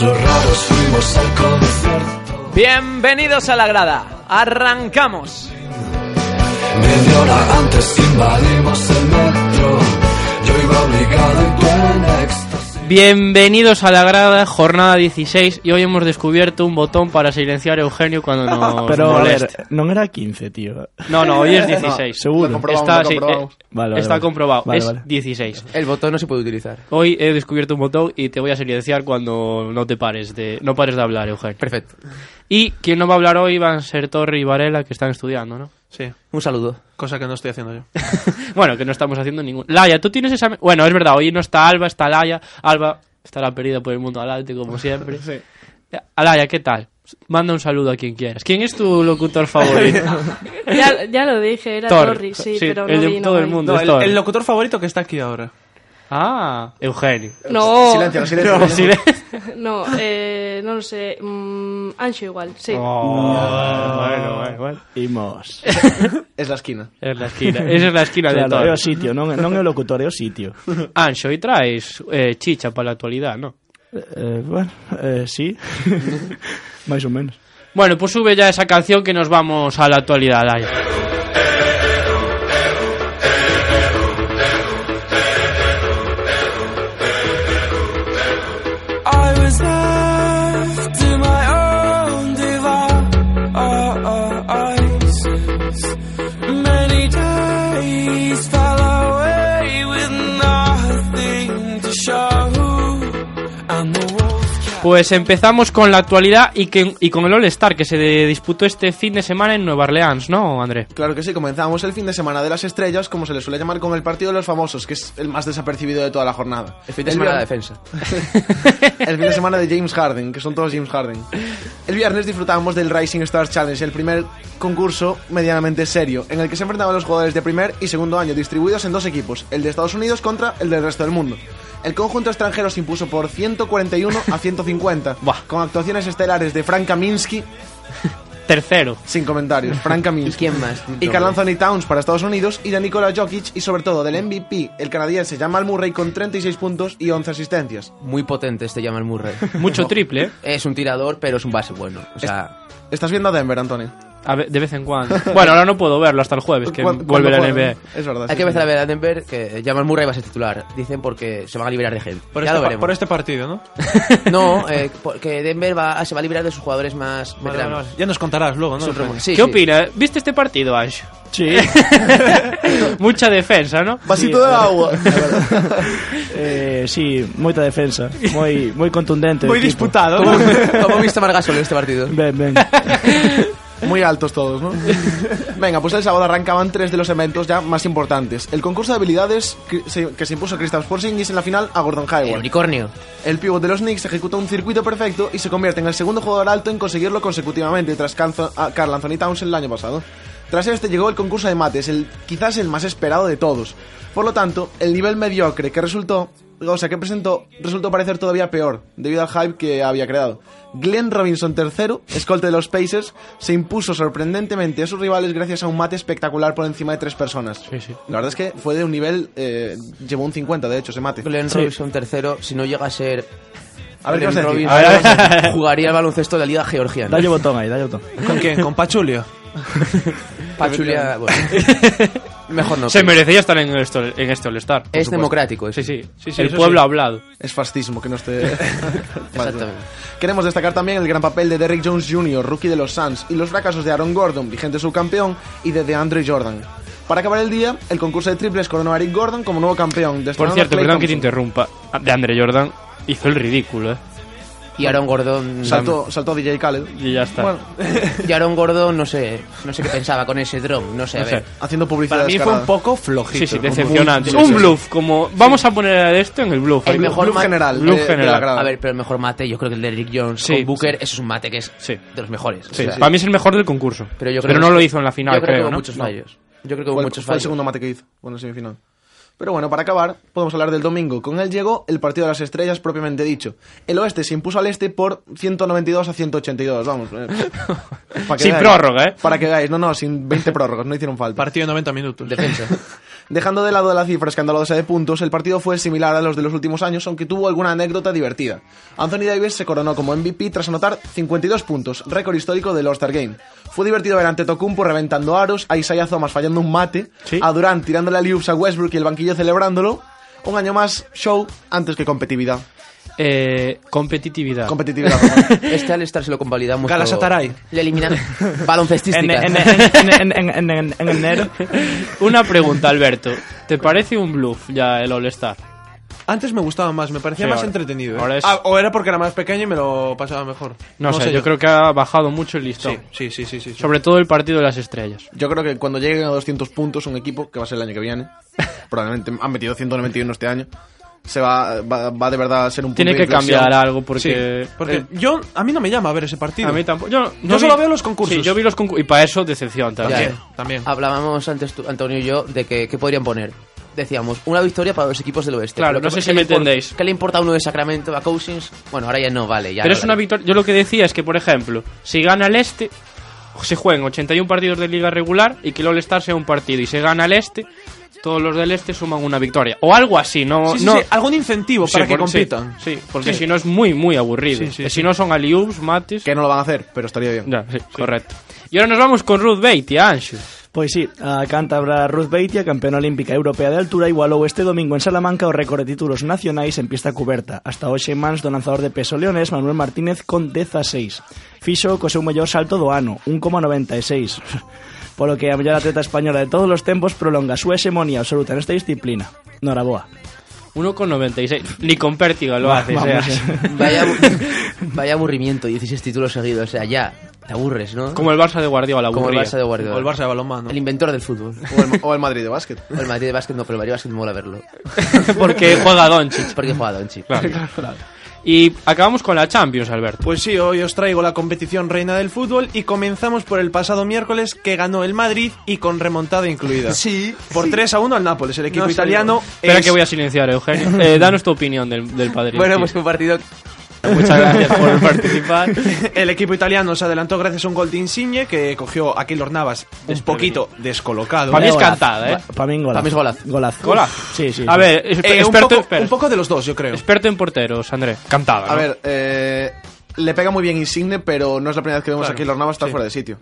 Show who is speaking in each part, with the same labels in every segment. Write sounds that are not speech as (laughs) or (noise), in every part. Speaker 1: Los raros fuimos al concierto.
Speaker 2: Bienvenidos a la grada. Arrancamos.
Speaker 1: Media hora antes invadimos el metro. Yo iba obligado y tú en éxtasis.
Speaker 3: Bienvenidos a la grada, jornada 16, y hoy hemos descubierto un botón para silenciar a Eugenio
Speaker 4: (laughs)
Speaker 3: cuando nos
Speaker 4: Pero a ver,
Speaker 3: moleste.
Speaker 4: no era 15, tío.
Speaker 3: No, no, hoy es 16.
Speaker 4: Seguro.
Speaker 5: comprobamos,
Speaker 3: está
Speaker 5: lo
Speaker 3: sí,
Speaker 5: comprobamos.
Speaker 3: eh,
Speaker 4: Vale, vale,
Speaker 3: está
Speaker 4: vale.
Speaker 3: comprobado,
Speaker 4: Vale,
Speaker 3: es
Speaker 4: vale.
Speaker 3: 16.
Speaker 5: El botón no se puede utilizar.
Speaker 3: Hoy he descubierto un botón y te voy a silenciar cuando no te pares de, no pares de hablar, Eugenio.
Speaker 5: Perfecto.
Speaker 3: Y quien no va a hablar hoy van a ser Torri y Varela, que están estudiando, ¿no?
Speaker 6: Sí,
Speaker 5: Un saludo.
Speaker 6: cosa que no
Speaker 5: (laughs)
Speaker 6: estoy haciendo yo.
Speaker 3: (laughs) bueno, que no estamos haciendo ningún... Laia, tú tienes examen... Bueno, es verdad, hoy no está Alba, está Laia. Alba estará perdida por el mundo alante, como siempre. sí. Alaya, ¿qué tal? Manda un saludo a quien quieras. ¿Quién es tu locutor favorito? (laughs)
Speaker 7: Ya, ya lo dije, era
Speaker 3: Tor.
Speaker 7: Torri, sí, pero no
Speaker 3: el de
Speaker 7: vino
Speaker 3: todo el
Speaker 7: hoy.
Speaker 3: mundo.
Speaker 6: No,
Speaker 3: es
Speaker 6: el,
Speaker 3: Thor.
Speaker 6: el locutor favorito que está aquí ahora.
Speaker 3: Ah, (laughs) Eugenio.
Speaker 7: No,
Speaker 5: Silencio,
Speaker 6: (laughs)
Speaker 5: silencio.
Speaker 3: Sí, ¿eh?
Speaker 7: (laughs) no, eh, no lo sé. mm, Ancho igual, sí.
Speaker 3: (laughs) Oh, bueno, bueno, bueno.
Speaker 4: Imos.
Speaker 5: Es la esquina.
Speaker 3: Es la esquina. (laughs) Esa es la esquina de
Speaker 4: Claro, é
Speaker 3: todo.
Speaker 4: o sitio, non, non é o locutor, é o sitio.
Speaker 3: Ancho, y traes eh, chicha para la actualidad, ¿no?
Speaker 4: Eh, bueno, eh,
Speaker 3: (laughs)
Speaker 4: sí. Máis ou menos.
Speaker 3: Bueno, pues sube ya esa canción que nos vamos a la actualidad, Laia.
Speaker 1: I was left to my own devices. Many days fell away with nothing to show. And the wolf kept
Speaker 3: Pues empezamos con la actualidad y, que- y con el All-Star que se de- disputó este fin de semana en Nueva Orleans, ¿no, André?
Speaker 5: Claro que sí, comenzamos el fin de semana de las estrellas, como se le suele llamar con el partido de los famosos, que es el más desapercibido de toda la jornada. El fin de semana de defensa. (laughs) el fin de semana de James Harden, que son todos James Harden. El viernes disfrutábamos del Rising Stars Challenge, el primer concurso medianamente serio, en el que se enfrentaban los jugadores de primer y segundo año, distribuidos en dos equipos, el de Estados Unidos contra el del resto del mundo. El conjunto extranjero se impuso por 141 a 150,
Speaker 3: Buah.
Speaker 5: con actuaciones estelares de Frank Kaminsky,
Speaker 3: Tercero.
Speaker 5: sin comentarios, Frank Kaminsky.
Speaker 8: ¿Quién más?
Speaker 5: Y Carl Anthony Towns para Estados Unidos y de Nikola Jokic y sobre todo del MVP, el canadiense Jamal Murray con 36 puntos y 11 asistencias.
Speaker 8: Muy potente este Jamal
Speaker 6: (laughs)
Speaker 8: Murray.
Speaker 3: Mucho triple, ¿eh?
Speaker 8: Es un tirador, pero es un base bueno. O sea,
Speaker 5: ¿Estás viendo a Denver, Antonio?
Speaker 3: A ve- de vez en
Speaker 6: (laughs)
Speaker 3: cuando. Bueno, ahora no puedo verlo hasta el jueves, que
Speaker 5: ¿Cuándo-
Speaker 3: vuelve la
Speaker 5: cuándo
Speaker 3: NBA.
Speaker 5: juegan? Es verdad.
Speaker 8: hay
Speaker 5: sí, sí.
Speaker 8: que empezar a ver a Denver que Jamal Murray va a ser titular. Dicen porque se van a liberar de gente.
Speaker 6: Por,
Speaker 8: ya
Speaker 6: este,
Speaker 8: lo
Speaker 6: pa-
Speaker 8: veremos.
Speaker 6: por este
Speaker 3: (laughs)
Speaker 6: partido, ¿no?
Speaker 8: (laughs) No, eh, porque Denver va, se va a liberar de sus jugadores más
Speaker 6: Vale, vale,
Speaker 8: veteranos.
Speaker 6: vale. Ya nos contarás luego, ¿no?
Speaker 8: Es un rumor. Sí,
Speaker 3: ¿Qué
Speaker 8: sí.
Speaker 3: opinas? ¿Viste este partido,
Speaker 8: (laughs)
Speaker 3: Ancho?
Speaker 4: Sí.
Speaker 3: (laughs) Mucha defensa, ¿no?
Speaker 5: Vasito de agua.
Speaker 4: eh, sí, moita defensa, moi moi contundente. o
Speaker 3: Muy
Speaker 4: equipo.
Speaker 3: disputado.
Speaker 6: (laughs)
Speaker 8: ¿Cómo viste a Margasol en este partido?
Speaker 4: Ben, ben.
Speaker 5: (laughs) Muy altos todos,
Speaker 8: (laughs)
Speaker 5: ¿no? Venga, pues el sábado arrancaban tres de los eventos ya más importantes. El concurso de habilidades que se, que se impuso Kristaps Porzingis en la final a Gordon
Speaker 8: El
Speaker 5: Hayward.
Speaker 8: unicornio.
Speaker 5: El pívot de los Knicks ejecuta un circuito perfecto y se convierte en el segundo jugador alto en conseguirlo consecutivamente tras Canzo- a Carl Anthony Towns el año pasado. Tras este llegó el concurso de mates, el, quizás el más esperado de todos. Por lo tanto, el nivel mediocre que resultó, o sea, que presentó, resultó parecer todavía peor, debido al hype que había creado. Glenn Robinson III, escolta de los Pacers, se impuso sorprendentemente a sus rivales gracias a un mate espectacular por encima de tres personas. La verdad es que fue de un nivel, eh, llevó un 50 de hecho ese mate.
Speaker 8: Glenn Robinson tercero, si no llega a ser...
Speaker 6: (laughs)
Speaker 5: A ver, ¿qué vas a
Speaker 8: Glenn
Speaker 5: decir?
Speaker 8: Robinson,
Speaker 3: A ver.
Speaker 8: jugaría el baloncesto de la Liga Georgiana.
Speaker 4: Dalle botón aí, dalle botón.
Speaker 6: ¿Con quién? ¿Con Pachulio?
Speaker 8: Pachulia... bueno. Mejor no. Eh, pues
Speaker 3: Se merecía estar en, esto, en este All-Star.
Speaker 8: es democrático.
Speaker 3: Sí,
Speaker 8: eso.
Speaker 3: sí,
Speaker 6: Sí, sí,
Speaker 3: El
Speaker 6: eso
Speaker 3: pueblo
Speaker 6: sí.
Speaker 3: ha hablado.
Speaker 5: Es fascismo que no
Speaker 8: (laughs)
Speaker 5: esté.
Speaker 8: Exactamente.
Speaker 5: Queremos destacar también el gran papel de Derrick Jones Jr., rookie de los Suns, y los fracasos de Aaron Gordon, vigente subcampeón, y de DeAndre Jordan. Para acabar el día, el concurso de triples coronó a Eric Gordon como nuevo campeón.
Speaker 3: Por
Speaker 5: destronando a
Speaker 3: cierto,
Speaker 5: Klay
Speaker 3: perdón que te
Speaker 5: Thompson.
Speaker 3: interrumpa. De Andre Jordan hizo el ridículo, ¿eh?
Speaker 8: Y Aaron Gordon...
Speaker 5: Saltó, saltó DJ Khaled.
Speaker 3: Y ya está.
Speaker 5: Bueno, (laughs)
Speaker 8: Y Aaron Gordon, no sé, no sé qué pensaba con ese dron, no sé, a
Speaker 3: No sé.
Speaker 8: ver.
Speaker 5: haciendo publicidad
Speaker 6: Para mí fue
Speaker 5: descarada.
Speaker 6: un poco flojito.
Speaker 3: Sí, sí,
Speaker 6: Como-
Speaker 3: decepcionante.
Speaker 6: Sí,
Speaker 3: Un
Speaker 6: sí.
Speaker 3: bluff, como... Vamos a poner esto en el bluff.
Speaker 8: El
Speaker 3: Hay-
Speaker 8: mejor
Speaker 5: Bluff
Speaker 8: ma-
Speaker 5: general.
Speaker 3: Bluff
Speaker 5: de- de la
Speaker 3: general.
Speaker 5: grada.
Speaker 8: A ver, pero el mejor mate, yo creo que el de Rick Jones
Speaker 3: Sí,
Speaker 8: con Booker, eso es un mate que es
Speaker 3: Sí.
Speaker 8: de los mejores.
Speaker 3: Sí,
Speaker 8: o sea,
Speaker 3: para mí es el mejor del concurso.
Speaker 8: Pero yo creo
Speaker 3: pero
Speaker 8: que-
Speaker 3: no lo hizo en la
Speaker 8: Yo
Speaker 3: final,
Speaker 8: creo, que hubo
Speaker 3: ¿no?
Speaker 8: muchos fallos. Yo creo que hubo
Speaker 5: Fue, el-
Speaker 8: muchos
Speaker 5: fue el
Speaker 8: fallos.
Speaker 5: segundo mate que hizo, bueno, en semifinal. Pero bueno, para acabar, podemos hablar del domingo. Con él llegó el partido de las
Speaker 3: (laughs)
Speaker 5: estrellas propiamente dicho. El oeste se impuso al este por 192 a 182, vamos. eh. Pa' que
Speaker 3: Sin
Speaker 5: veáis.
Speaker 3: prórroga, ¿eh?
Speaker 5: Para que veáis, no, no, sin 20 prórrogas, no hicieron falta.
Speaker 6: Partido de 90 minutos.
Speaker 8: Defensa.
Speaker 5: (laughs) Dejando de lado la cifra escandalosa de puntos, el partido fue similar a los de los últimos años, aunque tuvo alguna anécdota divertida. Anthony Davis se coronó como MVP tras anotar 52 puntos, récord histórico del All-Star Game. Fue divertido ver a Antetokounmpo reventando aros, a Isaiah Thomas fallando un mate, a Durant tirándole a a Westbrook y el banquillo celebrándolo. Un año más, show antes que competitividad.
Speaker 3: Eh, competitividad. (laughs)
Speaker 5: Competitividad.
Speaker 8: Este All-Star se lo convalidamos.
Speaker 6: Galatasaray.
Speaker 8: todo. Le eliminan
Speaker 4: En,
Speaker 8: baloncestística.
Speaker 4: en, en, en, en, en, en-
Speaker 3: (laughs)
Speaker 4: en enero.
Speaker 3: Una pregunta, Alberto. ¿Te parece un bluff ya el All-Star?
Speaker 6: Antes me gustaba más, me parecía
Speaker 3: Sí,
Speaker 6: más
Speaker 3: ahora-
Speaker 6: entretenido. ¿eh?
Speaker 3: ahora es-
Speaker 6: Ah, o era porque era más pequeño y me lo pasaba mejor.
Speaker 3: No, sé, yo creo que ha bajado mucho el listón.
Speaker 6: Sí, sí, sí, sí. sí, sí.
Speaker 3: Sobre todo el partido de las estrellas.
Speaker 5: Yo creo que cuando lleguen a 200 puntos un equipo, que va a ser el año
Speaker 3: (laughs)
Speaker 5: que viene, probablemente han metido 191 este año, se va, va, va de verdad a ser un punto
Speaker 3: Tiene
Speaker 5: de
Speaker 3: que
Speaker 5: inflexión.
Speaker 3: cambiar algo
Speaker 6: Sí,
Speaker 3: porque...
Speaker 6: porque
Speaker 3: Eh,
Speaker 6: yo, a mí no me llama a ver ese partido.
Speaker 3: a mí tampoco. Yo,
Speaker 6: Yo solo veo los concursos.
Speaker 3: Sí, yo vi los concursos. Y para eso, decepción también.
Speaker 8: Ya,
Speaker 6: también. también.
Speaker 8: Hablábamos antes, tú, Antonio y yo, de que, qué podrían poner. Decíamos, una victoria para los equipos del oeste.
Speaker 3: Claro,
Speaker 8: Pero
Speaker 3: no
Speaker 8: ¿qué-
Speaker 3: sé si
Speaker 8: qué le
Speaker 3: me
Speaker 8: impor-
Speaker 3: entendéis.
Speaker 8: ¿Qué le importa a uno de Sacramento, a Cousins? Bueno, ahora ya no vale. Ya
Speaker 3: Pero
Speaker 8: no
Speaker 3: es una
Speaker 8: vale.
Speaker 3: victoria. Yo lo que decía es que, por ejemplo, si gana el este, se juegan 81 partidos de liga regular y que el All-Star sea un partido. Y se gana el este, todos los del este suman una victoria. O algo así, no.
Speaker 6: Sí, sí,
Speaker 3: no
Speaker 6: sí, algún incentivo
Speaker 3: Sí,
Speaker 6: para que
Speaker 3: por- sí,
Speaker 6: compitan.
Speaker 3: Sí, porque si no es muy, muy aburrido.
Speaker 6: Sí, sí,
Speaker 3: Eh,
Speaker 6: sí.
Speaker 3: si no son aliubs, mates.
Speaker 5: Que no lo van a hacer, pero estaría bien.
Speaker 3: Ya, sí, correcto. Y ahora nos vamos con Ruth Beatty, Anxo.
Speaker 4: Pois Pues sí, a cántabra Ruth Beitia, campeona olímpica europea de altura, igualou este domingo en Salamanca o récord de títulos nacionais en pista cuberta. Hasta hoxe en mans do lanzador de peso leonés Manuel Martínez con 16. Fixo co seu mellor salto do ano, (laughs) 1,96. Polo que a mellor atleta española de todos os tempos prolonga a súa hexemonía absoluta nesta disciplina. Noraboa.
Speaker 3: 1,96. Ni con pértiga lo hace. o sea.
Speaker 6: (laughs)
Speaker 8: Vaya, abu- vaya aburrimiento, 16 títulos seguidos. O sea, ya, te aburres, ¿no?
Speaker 3: Como el Barça de Guardiola,
Speaker 8: Como el
Speaker 3: aburrido.
Speaker 8: Barça de Guardiola.
Speaker 6: O el Barça de balonmano.
Speaker 8: El inventor del fútbol.
Speaker 5: O el, o el Madrid de básquet.
Speaker 8: O el Madrid de básquet, no, pero el Madrid de básquet me mola verlo.
Speaker 3: (laughs) Porque juega Doncic.
Speaker 8: Porque he jugado en Chip.
Speaker 3: Y acabamos con la Champions, Alberto.
Speaker 6: Pues sí, hoy os traigo la competición reina del fútbol y comenzamos por el pasado miércoles que ganó el Madrid y con
Speaker 3: (laughs)
Speaker 6: remontada incluida.
Speaker 5: Sí.
Speaker 6: Por 3 a 1 al Nápoles, el equipo
Speaker 5: No, sí,
Speaker 6: italiano.
Speaker 3: Espera
Speaker 6: es-
Speaker 3: que voy a silenciar, Eugenio. Eh, danos tu opinión del, del padrino.
Speaker 8: Bueno,
Speaker 3: tío.
Speaker 8: pues fue un partido
Speaker 3: Muchas gracias por participar.
Speaker 6: El equipo italiano se adelantó gracias a un gol de Insigne que cogió a Keylor Navas un poquito descolocado.
Speaker 3: Para mí es
Speaker 4: Golazo.
Speaker 3: cantada, ¿eh?
Speaker 4: Pa min golazo.
Speaker 8: Pa min es golazo.
Speaker 4: Golazo.
Speaker 3: Golazo.
Speaker 4: Sí, sí.
Speaker 3: A
Speaker 4: sí.
Speaker 3: ver, es-
Speaker 6: Eh, un,
Speaker 3: experto,
Speaker 6: poco,
Speaker 3: espera.
Speaker 6: un poco de los dos, yo creo.
Speaker 3: experto en porteros, André. Cantada. ¿no?
Speaker 5: A ver, eh, le pega muy bien Insigne, pero no es la primera vez que vemos
Speaker 6: Claro.
Speaker 5: aquí los Navas estar
Speaker 6: Sí.
Speaker 5: fuera de sitio.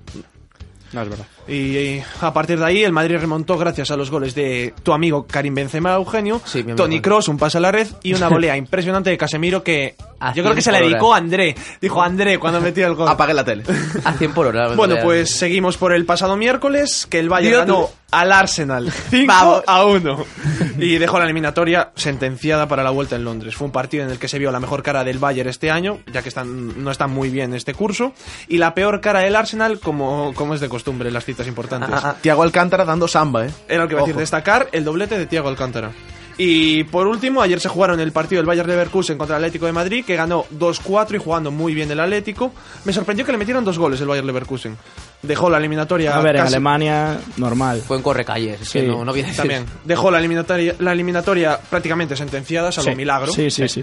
Speaker 3: No, es verdad.
Speaker 6: Y, y a partir de ahí, el Madrid remontó gracias a los goles de tu amigo Karim Benzema, Eugenio,
Speaker 8: Sí, mi amigo.
Speaker 6: Tony Cross, un pase a la red
Speaker 3: (laughs)
Speaker 6: y una volea impresionante de Casemiro que
Speaker 8: A
Speaker 6: yo creo que se la
Speaker 8: 100 por
Speaker 6: dedicó a André. Dijo André cuando metió el gol.
Speaker 5: Apague la tele.
Speaker 8: a 100 por hora.
Speaker 6: Bueno,
Speaker 8: Real.
Speaker 6: pues seguimos por el pasado miércoles, que el Bayern
Speaker 8: Dilo
Speaker 6: ganó
Speaker 8: tú.
Speaker 6: al Arsenal 5
Speaker 8: Vamos.
Speaker 6: a 1 y dejó la eliminatoria sentenciada para la vuelta en Londres. Fue un partido en el que se vio la mejor cara del Bayern este año, ya que están, no están muy bien este curso, y la peor cara del Arsenal, como, como es de costumbre en las citas importantes.
Speaker 5: Tiago Alcántara dando samba, ¿eh?
Speaker 6: Era lo que iba a decir,
Speaker 5: Ojo.
Speaker 6: destacar el doblete de Thiago Alcántara. Y por último, ayer se jugaron el partido del Bayern Leverkusen contra el Atlético de Madrid, que ganó 2-4 y jugando muy bien el Atlético. Me sorprendió que le metieran dos goles el Bayern Leverkusen. Dejó la eliminatoria
Speaker 4: A ver, en
Speaker 6: casi-
Speaker 4: Alemania, normal.
Speaker 8: Fue en Correcalles. es que
Speaker 4: Sí,
Speaker 8: no, no voy a decir.
Speaker 6: (laughs) También. Dejó la eliminatoria, la eliminatoria prácticamente sentenciada, salvo
Speaker 4: Sí.
Speaker 6: milagro.
Speaker 4: Sí, sí, sí.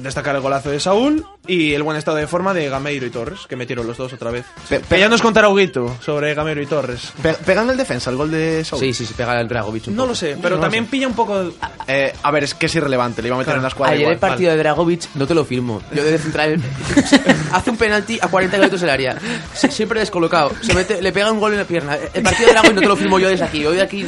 Speaker 6: Destacar el golazo de Saúl y el buen estado de forma de Gameiro y Torres, que metieron los dos otra vez.
Speaker 5: Pe-
Speaker 6: Que
Speaker 5: pe-
Speaker 6: ya nos contará Huguito sobre Gameiro y Torres.
Speaker 5: pe- pega en el defensa el gol de Saúl.
Speaker 8: Sí, sí, sí, pega el Dragovic. un
Speaker 6: No
Speaker 8: poco.
Speaker 6: lo sé, pero también pilla un poco
Speaker 5: Eh, a ver, es que es irrelevante. Le iba a meter en las cuadras
Speaker 8: Ayer el partido de Dragovic no te lo firmo. Yo de central (laughs) hace un penalti a 40 kilómetros del área. Sie- Siempre descolocado. Se mete, le pega un gol en la pierna. El partido de Dragovic no te lo firmo yo desde aquí. Yo de aquí.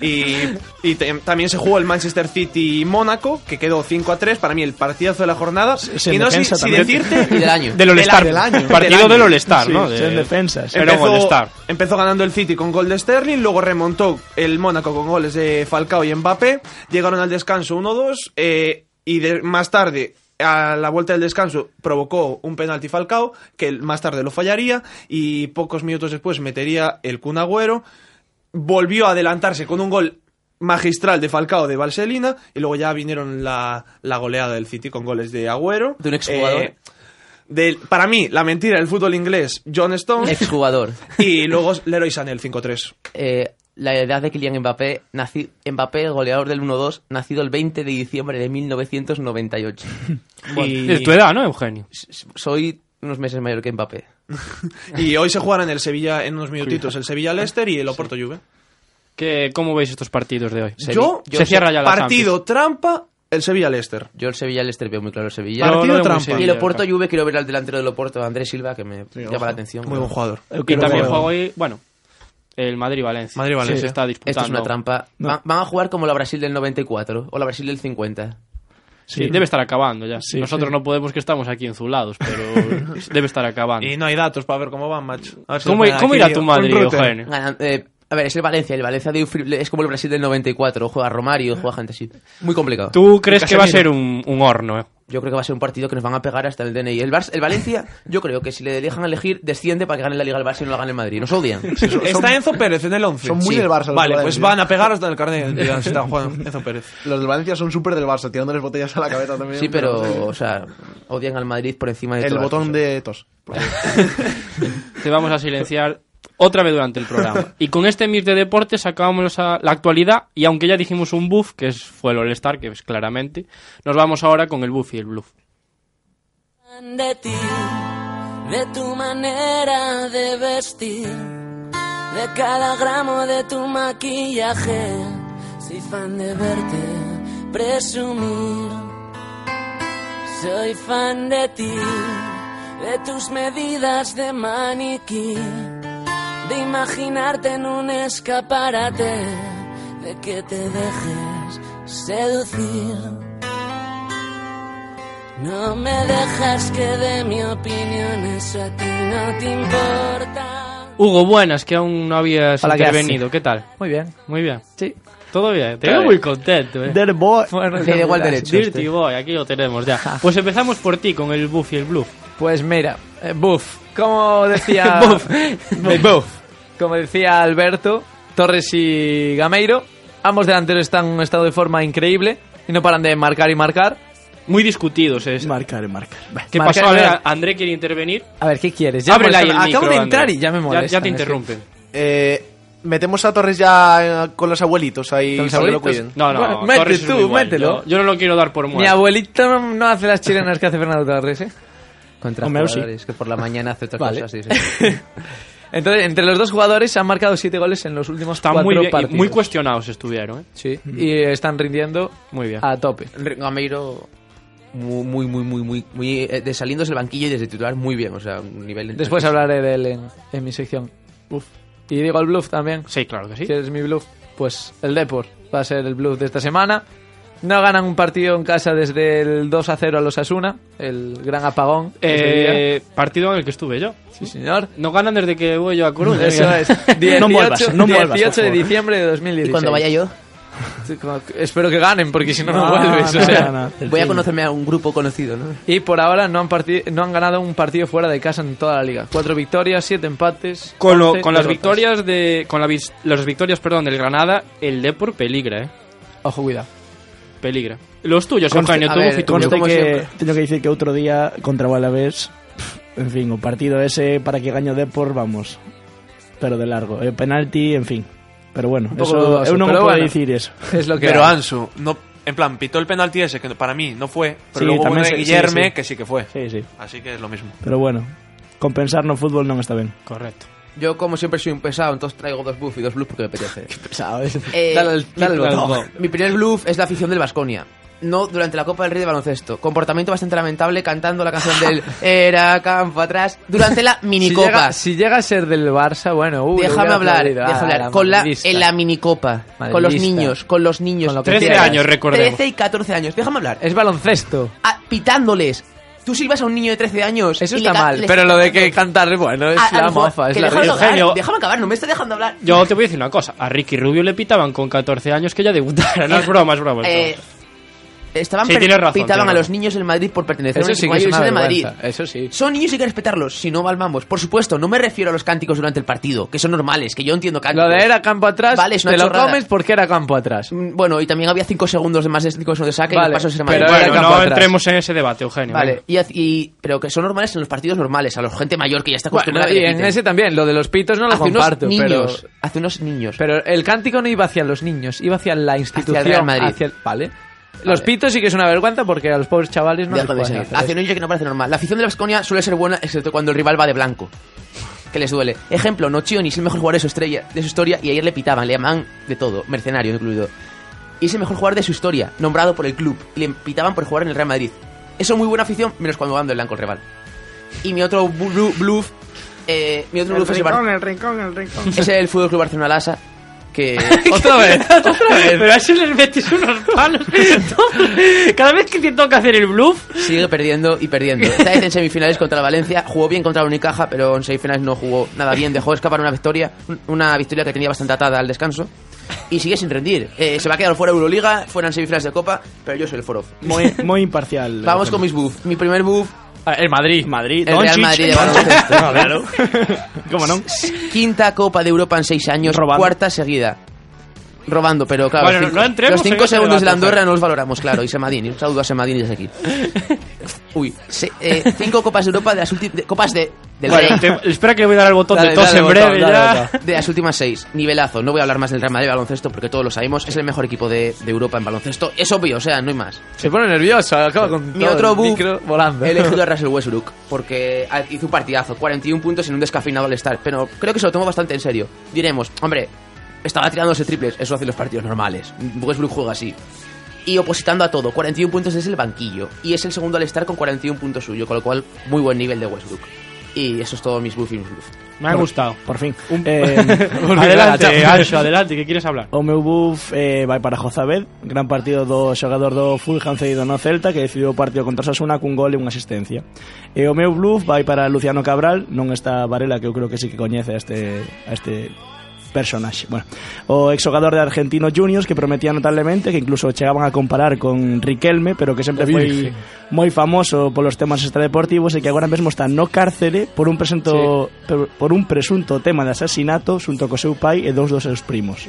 Speaker 6: Y, y te- también se jugó el Manchester City y Mónaco, que quedó 5 a 3. Para mí, el partidazo de la jornada.
Speaker 4: sí, en
Speaker 6: y no sé
Speaker 4: defensa
Speaker 6: si
Speaker 4: también. (laughs)
Speaker 6: decirte.
Speaker 8: Y del año.
Speaker 3: Del All-Star.
Speaker 6: del año.
Speaker 3: Partido
Speaker 6: Del año.
Speaker 3: del All-Star,
Speaker 4: Sí,
Speaker 3: ¿no?
Speaker 4: sí,
Speaker 3: De-
Speaker 4: en defensas.
Speaker 3: Era un All-Star.
Speaker 6: empezó ganando el City con gol de Sterling, luego remontó el Mónaco con goles de Falcao y Mbappé. Llegaron al descanso 1-2 eh, y de- más tarde. A la vuelta del descanso provocó un penalti Falcao, que él más tarde lo fallaría, y pocos minutos después metería el Kun Agüero. volvió a adelantarse con un gol magistral de Falcao de Valselina y luego ya vinieron la, la goleada del City con goles de Agüero.
Speaker 8: De un exjugador.
Speaker 6: eh, del- para mí, la mentira del fútbol inglés, John Stones
Speaker 8: Exjugador.
Speaker 6: y luego Leroy Sané, el 5-3.
Speaker 8: Eh, la edad de Kylian Mbappé, naci- Mbappé, goleador del 1-2, nacido el 20 de diciembre de 1998.
Speaker 3: De tu edad, ¿no, Eugenio?
Speaker 8: S- Soy unos meses mayor que Mbappé.
Speaker 6: Y hoy se jugarán el Sevilla en unos minutitos, el Sevilla Leicester y el Oporto Juve.
Speaker 3: ¿Qué, ¿Cómo veis estos partidos de hoy?
Speaker 6: Yo,
Speaker 3: se cierra ya la
Speaker 6: partido trampa, el Sevilla Leicester.
Speaker 8: Yo el Sevilla les veo muy claro el Sevilla.
Speaker 6: Partido
Speaker 3: Yo lo veo muy
Speaker 6: trampa.
Speaker 3: serio,
Speaker 8: y el Oporto
Speaker 3: claro.
Speaker 8: Juve quiero ver al delantero del Oporto, Andrés Silva, que me llama la atención.
Speaker 6: Muy buen jugador.
Speaker 3: Y también juega hoy, bueno, el Madrid-Valencia.
Speaker 6: Madrid-Valencia.
Speaker 3: Sí, Se está disputando.
Speaker 8: Esto es una trampa. Va- Van a jugar como la Brasil del 94 o la Brasil del 50.
Speaker 3: Sí, debe estar acabando ya.
Speaker 4: Sí,
Speaker 3: Nosotros
Speaker 4: sí.
Speaker 3: no podemos que estamos aquí enzulados, (laughs) pero debe estar acabando.
Speaker 6: Y no hay datos para ver cómo van, macho. A ver si
Speaker 3: ¿Cómo,
Speaker 6: nos dan
Speaker 3: cómo
Speaker 6: aquí
Speaker 3: irá tu
Speaker 6: un
Speaker 3: Madrid,
Speaker 6: router.
Speaker 3: Eugenio?
Speaker 8: Ganan- eh, a ver, es el Valencia. El Valencia de Ufri- es como el Brasil del 94. Juega Romario, juega gente así. Muy complicado.
Speaker 3: ¿Tú crees que va a ser un, un horno? eh?
Speaker 8: Yo creo que va a ser un partido que nos van a pegar hasta el DNI. El, Barça- el Valencia, yo creo que si le dejan elegir, desciende para que gane la Liga el Barça y no la gane el Madrid. Nos odian.
Speaker 6: Está Enzo Pérez en el 11.
Speaker 5: son muy del Barça los ¿eh?
Speaker 6: Vale,
Speaker 5: de
Speaker 6: pues
Speaker 5: Valencia.
Speaker 6: van a pegar hasta en el carnet de
Speaker 5: (laughs)
Speaker 6: identidad si están jugando Enzo Pérez.
Speaker 5: Los del Valencia son súper del Barça, tirándoles botellas a la cabeza también.
Speaker 8: Sí, pero, o sea, odian al Madrid por encima de
Speaker 5: El
Speaker 8: todas las
Speaker 5: botón
Speaker 8: cosas.
Speaker 5: de tos.
Speaker 3: Te vamos a silenciar otra vez durante el (laughs) programa. Y con este Miss de Deportes acabamos a la actualidad. Y aunque ya dijimos un buff, que es, fue el All-Star, que es claramente, nos vamos ahora con el buff y el bluff.
Speaker 9: de ti, de tu manera de vestir, de cada gramo de tu maquillaje. Soy fan de verte presumir. Soy fan de ti, de tus medidas de maniquí, de imaginarte en un escaparate, de que te dejes seducir. No me dejas que de mi opinión, eso a ti no te importa.
Speaker 3: Hugo, buenas, que aún no habías
Speaker 10: Hola, ¿qué
Speaker 3: intervenido. ¿Qué tal?
Speaker 10: Muy bien.
Speaker 3: Muy bien.
Speaker 10: Sí.
Speaker 3: Todo bien. Te veo muy contento, eh.
Speaker 4: Del Boy.
Speaker 10: Bueno,
Speaker 8: Le da igual derecho.
Speaker 10: este.
Speaker 3: Dirty Boy, aquí lo tenemos
Speaker 10: (laughs)
Speaker 3: ya. Pues empezamos por ti con el buff y el bluff.
Speaker 10: Pues mira, eh, Buff,
Speaker 6: (laughs)
Speaker 10: como decía
Speaker 3: Buff.
Speaker 10: Buff. como decía Alberto, Torres y Gameiro, ambos delanteros están en un estado de forma increíble y no paran de marcar y marcar.
Speaker 3: Muy discutidos es.
Speaker 4: Marcar, marcar.
Speaker 3: ¿Qué
Speaker 10: Marcar-
Speaker 3: pasó? A ver, André quiere intervenir.
Speaker 10: A ver, ¿qué quieres? Ya
Speaker 3: Ábrele ahí el
Speaker 10: molestan- Acabo
Speaker 3: micro,
Speaker 10: de
Speaker 3: André.
Speaker 10: entrar y ya me molesta.
Speaker 3: Ya, te interrumpen.
Speaker 5: Eh, metemos a Torres ya eh, con los abuelitos ahí
Speaker 10: ¿Con los
Speaker 5: para que lo
Speaker 10: abuelitos?
Speaker 5: cuiden.
Speaker 3: No, no,
Speaker 10: Bueno, mete
Speaker 3: Torres es
Speaker 10: tú,
Speaker 3: muy igual.
Speaker 10: mételo.
Speaker 3: Yo, yo no lo quiero dar por muerto.
Speaker 10: Mi abuelito no- no hace las chilenas que hace Fernando Torres, ¿eh?
Speaker 8: Contra
Speaker 4: Homeo sí.
Speaker 8: jugadores que por la mañana hace otras
Speaker 10: Vale.
Speaker 8: cosas. sí, sí.
Speaker 10: Entonces, entre los dos jugadores se han marcado siete goles en los últimos
Speaker 3: Están
Speaker 10: cuatro
Speaker 3: muy bien, y
Speaker 10: partidos.
Speaker 3: muy cuestionados estuvieron, ¿eh?
Speaker 10: Sí, y están rindiendo
Speaker 3: Muy bien.
Speaker 10: a tope.
Speaker 8: Re- Gameiro muy muy muy muy muy muy eh, de saliéndose del banquillo y desde titular muy bien o sea un nivel
Speaker 10: Después hablaré de él en, en mi sección. Bluff. Y digo el bluff también.
Speaker 3: Sí, claro que sí. Eh,
Speaker 10: ¿Quieres mi bluff? Pues el Depor va a ser el bluff de esta semana. No ganan un partido en casa desde el 2 a 0 a los Asuna, el gran apagón. de ese día.
Speaker 3: Eh, partido en el que estuve yo.
Speaker 10: Sí, señor.
Speaker 3: No ganan desde que voy yo a Coruña.
Speaker 10: Eso
Speaker 3: (laughs)
Speaker 10: es. 18,
Speaker 4: No vuelvas, no vuelvas, por
Speaker 10: 18 de
Speaker 4: favor.
Speaker 10: diciembre de 2016.
Speaker 8: y cuando vaya yo
Speaker 10: Espero que ganen, porque si no, (laughs) no,
Speaker 4: No,
Speaker 10: vuelves.
Speaker 4: Ah, no,
Speaker 10: o sea.
Speaker 4: no, no.
Speaker 8: voy a conocerme a un grupo conocido no
Speaker 10: Y por ahora no han, parti- no han ganado un partido fuera de casa en toda la liga. Cuatro victorias, siete empates.
Speaker 3: Con, lo-
Speaker 10: 11
Speaker 3: con las
Speaker 10: derrotas.
Speaker 3: victorias de con la vis- las victorias, perdón, del Granada, el Depor peligra, ¿eh?
Speaker 10: Ojo, cuidado.
Speaker 3: Peligra. Los tuyos,
Speaker 4: Conste-
Speaker 3: Eugenio,
Speaker 8: a
Speaker 3: tu
Speaker 8: ver,
Speaker 3: buf y tu
Speaker 8: conste
Speaker 3: bluff.
Speaker 4: Conste
Speaker 8: como
Speaker 4: que
Speaker 8: siempre.
Speaker 4: tengo que decir que otro día contra o Alavés, pff, en fin, o partido ese para que gaño Depor, vamos. Pero de largo. Eh, penalti, en fin. Pero bueno,
Speaker 10: Un poco
Speaker 4: eso,
Speaker 10: dudoso,
Speaker 4: uno no
Speaker 10: pero
Speaker 4: puede
Speaker 10: bueno.
Speaker 4: decir eso.
Speaker 10: Es lo que
Speaker 6: Pero
Speaker 10: hay.
Speaker 6: Ansu, no, en plan, pitó el penalti ese, que para mí no fue, pero
Speaker 4: Sí,
Speaker 6: luego hubo
Speaker 4: también
Speaker 6: uno de
Speaker 4: se- sí,
Speaker 6: Guillerme,
Speaker 4: sí.
Speaker 6: que sí que fue.
Speaker 4: Sí, sí.
Speaker 6: Así que es lo mismo.
Speaker 4: Pero bueno, compensar no fútbol no está bien.
Speaker 3: Correcto.
Speaker 8: yo como siempre soy un pesado entonces traigo dos bluff y dos bluff porque
Speaker 10: (laughs)
Speaker 8: me apetece
Speaker 4: ¿Sabes?
Speaker 8: Eh,
Speaker 10: Dale al- dale al
Speaker 8: mi-
Speaker 10: botón.
Speaker 8: no. Mi primer bluff es la afición del Vasconia. No durante la Copa del Rey de baloncesto. Comportamiento bastante lamentable cantando la canción del
Speaker 10: (laughs)
Speaker 8: Era campo atrás durante la
Speaker 10: si
Speaker 8: minicopa.
Speaker 10: llega, si llega a ser del Barça, bueno, uh,
Speaker 8: Déjame
Speaker 10: hubiera
Speaker 8: hablar,
Speaker 10: aplaudido.
Speaker 8: déjame
Speaker 10: Ah,
Speaker 8: hablar. Con la,
Speaker 10: madridista.
Speaker 8: en la minicopa. Con los
Speaker 10: Madridista.
Speaker 8: niños, con los niños.
Speaker 10: Con lo que
Speaker 3: 13
Speaker 10: quieras.
Speaker 3: años, recordemos.
Speaker 8: 13 y 14 años. Déjame hablar. Eh,
Speaker 10: Es baloncesto.
Speaker 8: Ah, pitándoles. Tú silbas a un niño de 13 años.
Speaker 10: Eso
Speaker 8: y
Speaker 10: está
Speaker 8: le ca-
Speaker 10: mal.
Speaker 8: le-
Speaker 10: Pero lo de que cantar, bueno, es
Speaker 8: a- a lo
Speaker 10: la
Speaker 8: mejor-
Speaker 10: mofa, es
Speaker 8: que
Speaker 10: la
Speaker 8: déjame,
Speaker 10: risa.
Speaker 3: risa.
Speaker 8: acabar,
Speaker 3: Eugenio.
Speaker 8: déjame acabar, no me está dejando hablar.
Speaker 3: Yo te voy a decir una cosa. A Ricky Rubio le pitaban con 14 años que ya debutara. No es bromas, bromas.
Speaker 8: Eh, estaban
Speaker 3: Sí,
Speaker 8: per-
Speaker 3: tienes razón,
Speaker 8: pitaban
Speaker 3: tienes
Speaker 8: a los
Speaker 3: razón.
Speaker 8: niños del Madrid por pertenecer a un
Speaker 10: Eso sí
Speaker 8: equipo
Speaker 10: que es
Speaker 8: mayor y
Speaker 10: una
Speaker 8: ser de Madrid.
Speaker 10: vergüenza. Eso
Speaker 3: eh.
Speaker 10: sí.
Speaker 8: Son niños y hay que respetarlos, si no valmamos. Por supuesto, no me refiero a los cánticos durante el partido, que son normales, que yo entiendo
Speaker 10: Lo
Speaker 8: cánticos.
Speaker 10: de era campo atrás,
Speaker 8: Vale, es una
Speaker 10: te lo
Speaker 8: chorrada.
Speaker 10: comes porque era campo atrás.
Speaker 8: Mm, Bueno, y también había 5 segundos de más de 5 segundos de saque y
Speaker 10: Vale,
Speaker 8: no pasó a ser
Speaker 10: pero
Speaker 8: Madrid.
Speaker 10: era
Speaker 3: bueno,
Speaker 10: campo
Speaker 3: no
Speaker 10: atrás.
Speaker 3: entremos en ese debate, Eugenio.
Speaker 8: Vale,
Speaker 3: venga.
Speaker 8: y, haz- y- pero que son normales en los partidos normales, a la gente mayor que ya está
Speaker 10: Bueno,
Speaker 8: acostumbrada a que
Speaker 10: y
Speaker 8: le
Speaker 10: Pues en
Speaker 8: piten.
Speaker 10: ese también, lo de los pitos no lo
Speaker 8: hace
Speaker 10: comparto,
Speaker 8: unos
Speaker 10: pero...
Speaker 8: niños, hace unos niños.
Speaker 10: Pero el cántico no iba hacia los niños, iba hacia la institución.
Speaker 8: Real Madrid.
Speaker 10: hacia el- vale. Los pitos sí que es una vergüenza porque a los pobres chavales no
Speaker 8: Ya
Speaker 10: les
Speaker 8: podéis
Speaker 10: pueden
Speaker 8: seguir.
Speaker 10: hacer
Speaker 8: Hace un que no parece normal. La afición de la Vasconia suele ser buena, excepto cuando el rival va de blanco. Que les duele. Ejemplo, Nochioni es el mejor jugador de su, estrella, de su historia y ayer le pitaban, le llamaban de todo, mercenario incluido. Y es el mejor jugador de su historia, nombrado por el club, y le pitaban por jugar en el Real Madrid. Eso muy buena afición, menos cuando van de blanco el rival. Y mi otro bu- blu- bluff, eh, mi otro bluff es el, Bar-
Speaker 6: el rincón, el rincón.
Speaker 8: es el Fútbol Club Barcelona Lasa,
Speaker 3: (laughs)
Speaker 8: que
Speaker 10: (laughs)
Speaker 3: ¡Otra vez! ¡Otra vez! Pero a eso les metes unos palos. Cada vez que te toca hacer el bluff,
Speaker 8: sigue perdiendo
Speaker 3: (laughs)
Speaker 8: y perdiendo. Esta vez en semifinales contra la Valencia, jugó bien contra la Unicaja, pero en semifinales no jugó nada bien. Dejó escapar una victoria, una victoria que tenía bastante atada al descanso. Y sigue sin rendir. Eh, se va a quedar fuera de Euroliga, fuera en semifinales de Copa, pero yo soy el foro.
Speaker 4: Muy, muy imparcial.
Speaker 8: Vamos con mis buffs. Mi primer buff,
Speaker 3: Ah, el Madrid.
Speaker 4: Madrid.
Speaker 8: el Real
Speaker 4: Doncic.
Speaker 8: Madrid
Speaker 3: (laughs)
Speaker 8: de baloncesto.
Speaker 4: Claro.
Speaker 10: (laughs)
Speaker 4: ¿Cómo no?
Speaker 8: Quinta Copa de Europa en seis años,
Speaker 4: Robando.
Speaker 8: cuarta seguida. Robando, pero claro,
Speaker 3: Bueno,
Speaker 8: los cinco,
Speaker 3: no entremos
Speaker 8: los
Speaker 3: en
Speaker 8: cinco
Speaker 3: ese
Speaker 8: segundos de la
Speaker 3: debate,
Speaker 8: Andorra no los valoramos, claro. Y Semadini, un saludo a Semadini
Speaker 3: (laughs)
Speaker 8: desde aquí. Uy, se- eh, cinco Copas de Europa de las últimas... Copas de... del
Speaker 3: Bueno,
Speaker 8: rey.
Speaker 3: te- espera que le voy a dar al botón
Speaker 10: Dale,
Speaker 3: de tos
Speaker 10: dale
Speaker 3: en
Speaker 10: botón,
Speaker 3: breve
Speaker 10: dale
Speaker 3: ya.
Speaker 10: botón.
Speaker 8: De las últimas seis, nivelazo. No voy a hablar más del Real Madrid de baloncesto porque todos lo sabemos. Es el mejor equipo de, de Europa en baloncesto. Es obvio, o sea, no hay más.
Speaker 10: Se pone nervioso, acaba con
Speaker 8: Mi
Speaker 10: todo
Speaker 8: otro
Speaker 10: el
Speaker 8: buff
Speaker 10: micro volando. (laughs)
Speaker 8: He elegido a Russell Westbrook porque hizo un partidazo, 41 puntos en un descafeinado All-Star. Pero creo que se lo tomo bastante en serio. Diremos, hombre, estaba tirándose triples. Eso hace los partidos normales. Westbrook juega así. Y opositando a todo, 41 puntos desde el banquillo. Y es el segundo All-Star con 41 puntos suyo, con lo cual, muy buen nivel de Westbrook. Y eso es todo mis buffs y mis bluffs.
Speaker 3: Me ha gustado.
Speaker 4: Por fin.
Speaker 3: (laughs)
Speaker 4: Eh,
Speaker 3: adelante, Ancho, adelante, ¿qué quieres hablar?
Speaker 4: O meu buff eh, vai para Jozabed Gran partido do xogador do Fulham cedido no Celta Que decidiu o partido contra Sasuna cun gol e unha asistencia E o meu bluff vai para Luciano Cabral Non está Varela que eu creo que sí que coñece a este, a este personaxe bueno, O exxogador de Argentino Juniors Que prometía notablemente que incluso chegaban a comparar con Riquelme Pero que sempre
Speaker 3: La
Speaker 4: foi
Speaker 3: Virgen.
Speaker 4: moi famoso polos temas extradeportivos E que agora mesmo está no cárcere por un presunto, por, por un presunto tema de asasinato Xunto co seu pai e dous dos seus primos